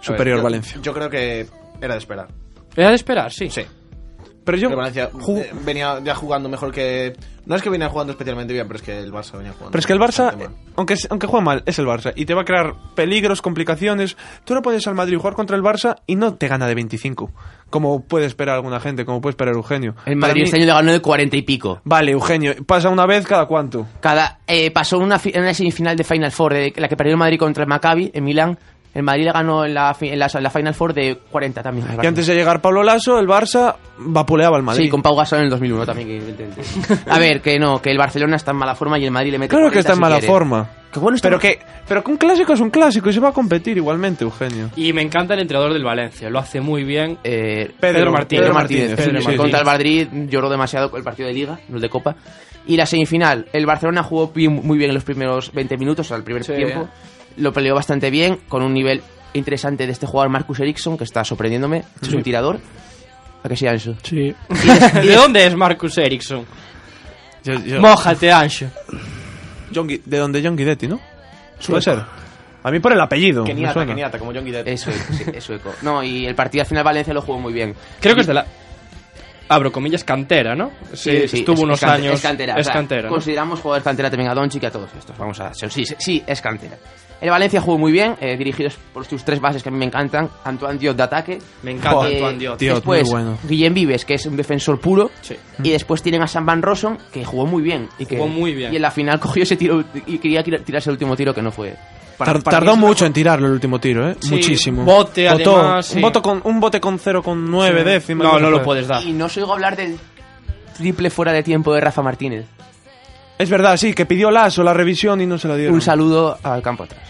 Speaker 6: Superior
Speaker 5: yo-
Speaker 6: Valencia.
Speaker 5: Yo creo que era de esperar.
Speaker 3: Era de esperar, sí.
Speaker 5: Sí.
Speaker 6: Pero yo.
Speaker 5: El Valencia
Speaker 6: ju-
Speaker 5: eh, venía ya jugando mejor que. No es que venía jugando especialmente bien, pero es que el Barça venía jugando.
Speaker 6: Pero es que el Barça,
Speaker 5: bastante
Speaker 6: eh,
Speaker 5: mal.
Speaker 6: aunque, es- aunque juega mal, es el Barça. Y te va a crear peligros, complicaciones. Tú no pones al Madrid jugar contra el Barça y no te gana de 25. Como puede esperar alguna gente, como puede esperar Eugenio.
Speaker 8: El
Speaker 6: Para
Speaker 8: Madrid
Speaker 6: mí-
Speaker 8: este año le ganó de 40 y pico.
Speaker 6: Vale, Eugenio, pasa una vez cada cuánto.
Speaker 8: Cada, eh, pasó una, fi- una semifinal de Final Four, de la que perdió el Madrid contra el Maccabi en Milán. El Madrid le ganó en la, fi- en la, en la Final Four de 40 también. al
Speaker 6: Y
Speaker 8: Barça.
Speaker 6: antes de llegar Pablo Lasso, el Barça vapuleaba al Madrid.
Speaker 8: Sí, con Pau Gasol en el 2001 también. que- A ver, que no, que el Barcelona está en mala forma y el Madrid le mete
Speaker 6: Claro que
Speaker 8: 40
Speaker 6: está en
Speaker 8: si
Speaker 6: mala
Speaker 8: quiere.
Speaker 6: forma.
Speaker 8: Qué bueno está-
Speaker 6: Pero que, pero que un clásico es un clásico y se va a competir igualmente, Eugenio.
Speaker 3: Y me encanta el entrenador del Valencia, lo hace muy bien.
Speaker 8: Eh,
Speaker 3: Pedro Martínez.
Speaker 8: Pedro Martínez.
Speaker 6: Pedro
Speaker 8: Pedro
Speaker 6: Martínez.
Speaker 8: Martínez. Contra el Madrid lloró demasiado con el partido de Liga, no el de Copa. Y la semifinal, el Barcelona jugó bien- muy bien en los primeros 20 minutos, o sea, el primer tiempo. Lo peleó bastante bien, con un nivel interesante de este jugador Marcus Eriksson, que está sorprendiéndome. Es un tirador. ¿A que sí, Ansu?
Speaker 4: Sí.
Speaker 3: (laughs) ¿Y de dónde es Marcus Ericsson? Mójate, Ancho.
Speaker 6: John Gui- de donde John Guidetti, ¿no? Suele ser. A mí por el apellido. me
Speaker 5: Keniata,
Speaker 6: suena.
Speaker 5: Keniata, como John Guidet.
Speaker 8: Es sueco, sí, es sueco. No, y el partido al final Valencia lo jugó muy bien.
Speaker 3: Creo que es de la. Abro comillas, cantera, ¿no?
Speaker 8: Sí, sí,
Speaker 3: Eh, estuvo
Speaker 8: es-
Speaker 3: unos
Speaker 8: es cante-
Speaker 3: años.
Speaker 8: Es cantera. o
Speaker 3: Es
Speaker 8: sea,
Speaker 3: cantera, ¿no?
Speaker 8: Consideramos jugadores cantera también a Doncic y a todos estos. Vamos a ser. Sí, sí, sí, es cantera. El Valencia jugó muy bien, eh, dirigidos por sus tres bases que a mí me encantan. Antoine Diot de ataque.
Speaker 3: Me encanta
Speaker 8: Eh,
Speaker 3: Antoine Diot.
Speaker 6: Diot,
Speaker 8: después,
Speaker 6: muy bueno.
Speaker 8: Guillem Vives, que es un defensor puro.
Speaker 3: Sí.
Speaker 8: Y después tienen a Sam Van Rosson, que jugó muy bien. Y que,
Speaker 3: Jugó muy bien.
Speaker 8: Y en la final (laughs) cogió ese tiro y quería tira- tirarse el último tiro que no fue.
Speaker 5: Para-
Speaker 6: Tar-
Speaker 5: para mí
Speaker 6: tardó
Speaker 5: es
Speaker 6: mucho en tirarlo el último tiro, ¿eh?
Speaker 3: Sí,
Speaker 6: Muchísimo.
Speaker 3: bote,
Speaker 6: Botó.
Speaker 3: además, sí.
Speaker 6: un, bote con, un bote con 0,9 décimas.
Speaker 3: No,
Speaker 6: sé
Speaker 3: no lo
Speaker 6: qué.
Speaker 3: puedes dar.
Speaker 8: Y no os oigo hablar del triple fuera de tiempo de Rafa Martínez.
Speaker 6: Es verdad, sí, que pidió Lasso la revisión y no se la dieron.
Speaker 8: Un saludo al campo atrás.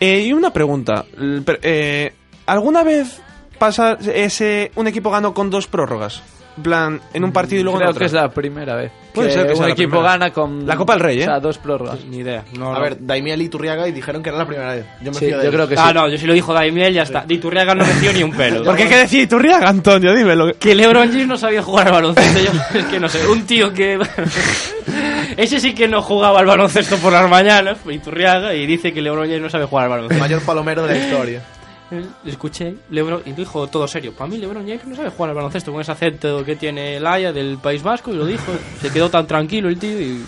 Speaker 6: Eh, y una pregunta. L- per- eh, ¿Alguna vez pasa ese un equipo ganó con dos prórrogas? En plan, en un partido y luego en
Speaker 10: Creo
Speaker 6: otro.
Speaker 10: que es la primera vez.
Speaker 6: Puede ser que sea
Speaker 10: un
Speaker 6: la
Speaker 10: equipo
Speaker 6: primera.
Speaker 10: gana con.
Speaker 6: La Copa del Rey,
Speaker 10: O
Speaker 6: ¿eh?
Speaker 10: sea, dos prórrogas.
Speaker 3: Ni idea. No,
Speaker 5: A
Speaker 3: no.
Speaker 5: ver, Daimiel y Turriaga y dijeron que era la primera vez. Yo me
Speaker 10: Sí,
Speaker 5: fío de
Speaker 10: yo creo
Speaker 5: ellos.
Speaker 10: que sí.
Speaker 3: Ah, no, yo si lo dijo Daimiel, ya está. Diturriaga no metió ni un pelo.
Speaker 6: ¿Por qué qué decía Iturriaga, Antonio? Dímelo.
Speaker 3: Que LeBron James no sabía jugar al baloncesto. Yo, (laughs) es que no sé, un tío que. (laughs) Ese sí que no jugaba al baloncesto por las mañanas, Iturriaga, y dice que LeBron James no sabe jugar al (laughs)
Speaker 5: El
Speaker 3: baloncesto.
Speaker 5: mayor palomero de la historia.
Speaker 3: Escuché LeBron y dijo todo serio. Para mí, LeBron James no sabe jugar al baloncesto con ese acento que tiene el Haya del País Vasco, y lo dijo. Se quedó tan tranquilo el tío. Y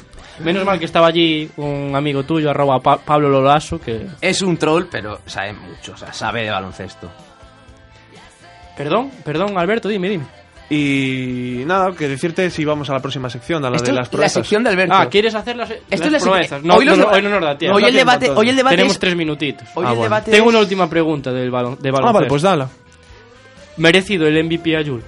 Speaker 3: menos mal que estaba allí un amigo tuyo, arroba Pa- Pablo Lolaso, que.
Speaker 8: Es un troll, pero sabe mucho, o sea, sabe de baloncesto.
Speaker 3: Perdón, perdón, Alberto, dime, dime.
Speaker 6: Y nada, que decirte si vamos a la próxima sección, a la
Speaker 8: Esto
Speaker 6: de
Speaker 8: es
Speaker 6: las proezas.
Speaker 8: La sección de Alberto.
Speaker 3: Ah, ¿quieres hacer las,
Speaker 8: Esto
Speaker 3: las
Speaker 8: es la
Speaker 3: proezas?
Speaker 8: sec-
Speaker 3: No,
Speaker 8: hoy
Speaker 3: no,
Speaker 8: los
Speaker 3: no,
Speaker 8: deba-
Speaker 3: hoy no nos da tiempo.
Speaker 8: Hoy el
Speaker 3: No tiempo,
Speaker 8: debate,
Speaker 3: entonces.
Speaker 8: hoy el debate
Speaker 3: Tenemos
Speaker 8: es-
Speaker 3: tres minutitos. Ah,
Speaker 8: hoy el debate
Speaker 3: Tengo
Speaker 8: es-
Speaker 3: una última pregunta del balón. De
Speaker 6: Ah,
Speaker 3: baloncesto.
Speaker 6: vale, pues dala.
Speaker 3: Merecido el MVP a Jul.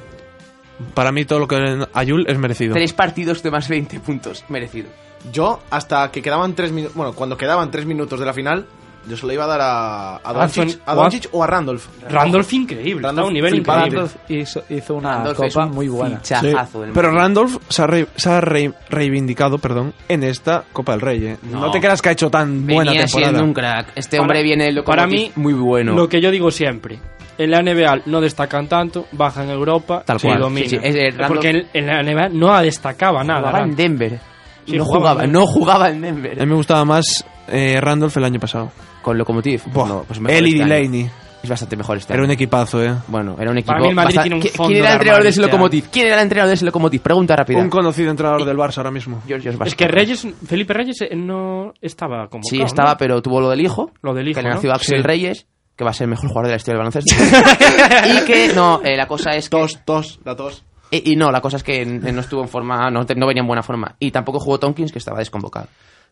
Speaker 6: Para mí todo lo que Ayul es merecido.
Speaker 8: Tres partidos de más 20 puntos, merecido.
Speaker 5: Yo, hasta que quedaban tres minutos. Bueno, cuando quedaban tres minutos de la final, yo se lo iba a dar a,
Speaker 3: Ah,
Speaker 5: a Doncic,
Speaker 3: Anthony-
Speaker 5: a Doncic o a Randolph.
Speaker 3: Randolph increíble, está a un nivel
Speaker 5: flipante.
Speaker 3: increíble.
Speaker 10: Randolph hizo, hizo una
Speaker 8: Randolph es
Speaker 10: copa
Speaker 8: un
Speaker 10: muy buena.
Speaker 8: Fichajazo del
Speaker 6: Pero
Speaker 8: Madrid.
Speaker 6: Randolph se ha, re- se ha re- reivindicado perdón, en esta Copa del Rey. ¿eh? No.
Speaker 8: No.
Speaker 6: te creas que ha hecho tan buena
Speaker 8: Venía
Speaker 6: temporada.
Speaker 8: siendo un crack. Este
Speaker 3: Para-
Speaker 8: hombre viene loco
Speaker 3: para mí,
Speaker 8: muy bueno.
Speaker 3: Lo que yo digo siempre. En la NBA no destacan tanto, baja en Europa
Speaker 8: Tal
Speaker 3: sí,
Speaker 8: cual.
Speaker 3: domina.
Speaker 8: Sí, sí, es el Randolph-
Speaker 3: Porque en, en la NBA no destacaba nada.
Speaker 8: jugaba en
Speaker 3: Randolph.
Speaker 8: Denver.
Speaker 3: Sí,
Speaker 8: no
Speaker 3: jugaba
Speaker 8: jugaba,
Speaker 3: en
Speaker 8: no jugaba en
Speaker 6: A mí
Speaker 8: Denver.
Speaker 6: me gustaba más eh, Randolph el año pasado.
Speaker 8: Con Lokomotiv.
Speaker 6: Buah.
Speaker 8: No, pues mejor
Speaker 6: Él y
Speaker 8: este año.
Speaker 6: Delaney.
Speaker 8: Es bastante mejor este
Speaker 6: Era
Speaker 8: año.
Speaker 6: un equipazo, eh.
Speaker 8: Bueno, era un equipo.
Speaker 3: mí el Madrid
Speaker 8: bastante-
Speaker 3: tiene un
Speaker 8: ¿Qui-
Speaker 3: fondo
Speaker 8: ¿Quién era
Speaker 3: de
Speaker 8: el entrenador
Speaker 3: armario
Speaker 8: de
Speaker 3: este
Speaker 8: ese
Speaker 3: año?
Speaker 8: Lokomotiv? ¿Quién era el entrenador de ese Lokomotiv? Pregunta rápida.
Speaker 6: Un conocido entrenador del Barça ahora mismo.
Speaker 8: Georgios
Speaker 3: Es que
Speaker 8: Vasconcelos.
Speaker 3: Reyes, Felipe Reyes eh, no estaba convocado.
Speaker 8: Sí, estaba,
Speaker 3: ¿no?
Speaker 8: pero tuvo lo del hijo.
Speaker 3: Lo del hijo,
Speaker 8: Que le
Speaker 3: ¿no?
Speaker 8: nació Axel
Speaker 3: Sí.
Speaker 8: Reyes, que va a ser el mejor jugador de la historia del baloncesto. (laughs) y que, no, eh, la cosa es que.
Speaker 5: Tos, tos, la tos.
Speaker 8: Y, y no, la cosa es que n- no estuvo en forma, no, te- no venía en buena forma. Y tampoco jugó Tompkins, que estaba desconvocado.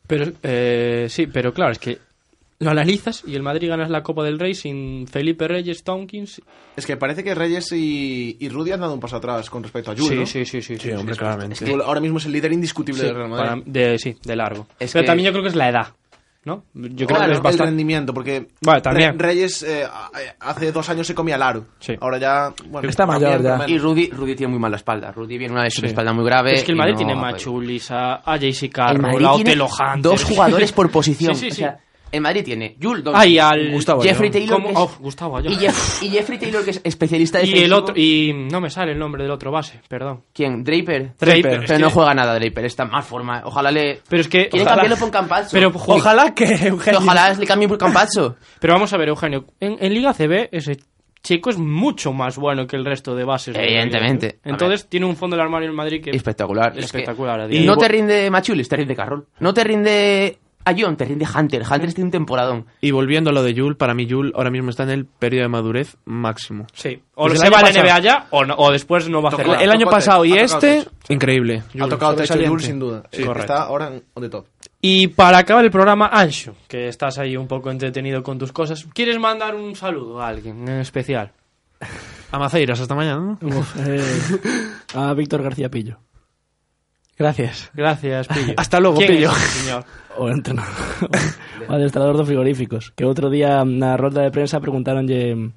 Speaker 3: Pero, eh, sí, pero claro, es que lo analizas y el Madrid ganas la Copa del Rey sin Felipe Reyes, Tompkins.
Speaker 5: Es que parece que Reyes y, y Rudy han dado un paso atrás con respecto a Jul,
Speaker 3: Sí,
Speaker 5: ¿no?
Speaker 3: sí, sí, sí, sí,
Speaker 6: hombre,
Speaker 3: sí,
Speaker 6: claramente.
Speaker 3: sí,
Speaker 5: Jul ahora mismo es el líder indiscutible del Real Madrid.
Speaker 3: para- de, sí, de largo.
Speaker 8: Es
Speaker 3: pero
Speaker 8: que-
Speaker 3: también yo creo que es la edad, ¿no? Yo creo
Speaker 5: Claro,
Speaker 3: que es
Speaker 5: el
Speaker 3: bastante...
Speaker 5: rendimiento, porque
Speaker 3: Vale, también.
Speaker 5: Re- Reyes eh, a- hace dos años se comía el aro.
Speaker 3: Sí.
Speaker 5: Ahora ya... Bueno,
Speaker 10: Está
Speaker 5: también,
Speaker 10: mayor ya.
Speaker 5: pero menos.
Speaker 8: Y Rudy, Rudy tiene muy mala espalda. Rudy viene una lesión de espalda muy grave.
Speaker 3: Es que el
Speaker 8: y
Speaker 3: Madrid
Speaker 8: no
Speaker 3: tiene
Speaker 8: va a poder.
Speaker 3: Machulis, a, a JC
Speaker 8: El
Speaker 3: Carro,
Speaker 8: Madrid
Speaker 3: Lao
Speaker 8: tiene
Speaker 3: Telo Hunter. (laughs)
Speaker 8: Dos jugadores por posición.
Speaker 3: Sí, sí, sí.
Speaker 8: O sea, el Madrid tiene Jules Doncic,
Speaker 3: Ay, al...
Speaker 10: Gustavo
Speaker 8: Jeffrey
Speaker 10: Ayón.
Speaker 8: Taylor.
Speaker 3: ¿Cómo?
Speaker 8: que es-
Speaker 3: Oh, Gustavo Ayón.
Speaker 8: y, Jeff- y Jeffrey Taylor, que es especialista de
Speaker 3: Y el otro... Y no me sale el nombre del otro base, perdón.
Speaker 8: ¿Quién? Draper.
Speaker 3: Draper.
Speaker 8: Pero,
Speaker 3: Es que-
Speaker 8: no juega nada Draper, está en mal forma. Ojalá le.
Speaker 3: Pero es que...
Speaker 8: Quieren
Speaker 3: ojalá-
Speaker 8: cambiarlo por Campazzo.
Speaker 3: Pero,
Speaker 8: Que
Speaker 3: joder,
Speaker 10: Ojalá
Speaker 3: (laughs)
Speaker 10: que Eugenio.
Speaker 8: ojalá le cambien por Campazzo.
Speaker 3: pero vamos a ver, Eugenio. En, en Liga CB ese chico es mucho más bueno que el resto de bases. de la liga,
Speaker 8: Evidentemente.
Speaker 3: ¿eh?
Speaker 8: A
Speaker 3: Entonces tiene un fondo del armario en Madrid que...
Speaker 8: Espectacular. Es que-
Speaker 3: Espectacular, a día
Speaker 8: y
Speaker 3: de
Speaker 8: no
Speaker 3: hoy.
Speaker 8: te rinde Machulis, te rinde Carroll. No te rinde Ayón, te rinde Hunter. Hunter tiene un temporadón.
Speaker 6: Y volviendo a lo de Jul, para mí Jul ahora mismo está en el periodo de madurez máximo.
Speaker 3: Sí. O
Speaker 6: Desde
Speaker 3: se
Speaker 6: el
Speaker 3: va a la
Speaker 6: año
Speaker 3: NBA ya o, no- o después no va a hacer
Speaker 5: Tocó-
Speaker 3: nada.
Speaker 6: el año
Speaker 5: tocó
Speaker 6: pasado y
Speaker 5: techo, ha tocado
Speaker 6: este,
Speaker 5: techo.
Speaker 6: increíble.
Speaker 5: Ha
Speaker 6: Jul,
Speaker 5: tocado techo
Speaker 6: sobresaliente.
Speaker 5: Jul, sin duda. Sí,
Speaker 3: correcto.
Speaker 5: Está ahora en on the top.
Speaker 3: Y para acabar el programa, Anshu, que estás ahí un poco entretenido con tus cosas, ¿quieres mandar un saludo a alguien en especial?
Speaker 6: A Maceiras, hasta mañana. ¿no?
Speaker 4: Uf, eh, (laughs) a Víctor García Pillo. Gracias.
Speaker 3: Gracias,
Speaker 5: (laughs)
Speaker 3: Pillo.
Speaker 6: Hasta luego,
Speaker 3: ¿Quién
Speaker 6: Pillo.
Speaker 3: es ese señor?
Speaker 4: O entrenador. o adestrador de frigoríficos. Que outro día na rolda de prensa preguntaronlle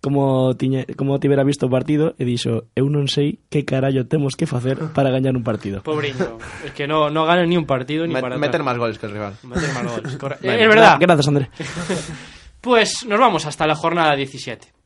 Speaker 4: como tiñe, como tivera visto o partido e dixo, eu non sei que carallo temos que facer para gañar un partido.
Speaker 3: Pobriño. Es que no, no gana ni un partido ni
Speaker 5: Met-
Speaker 3: para
Speaker 5: meter
Speaker 3: atrás.
Speaker 5: más goles que el rival.
Speaker 3: Meter más goles, correcto. Es verdad.
Speaker 4: Gracias, André.
Speaker 3: Pues nos vamos hasta la jornada 17.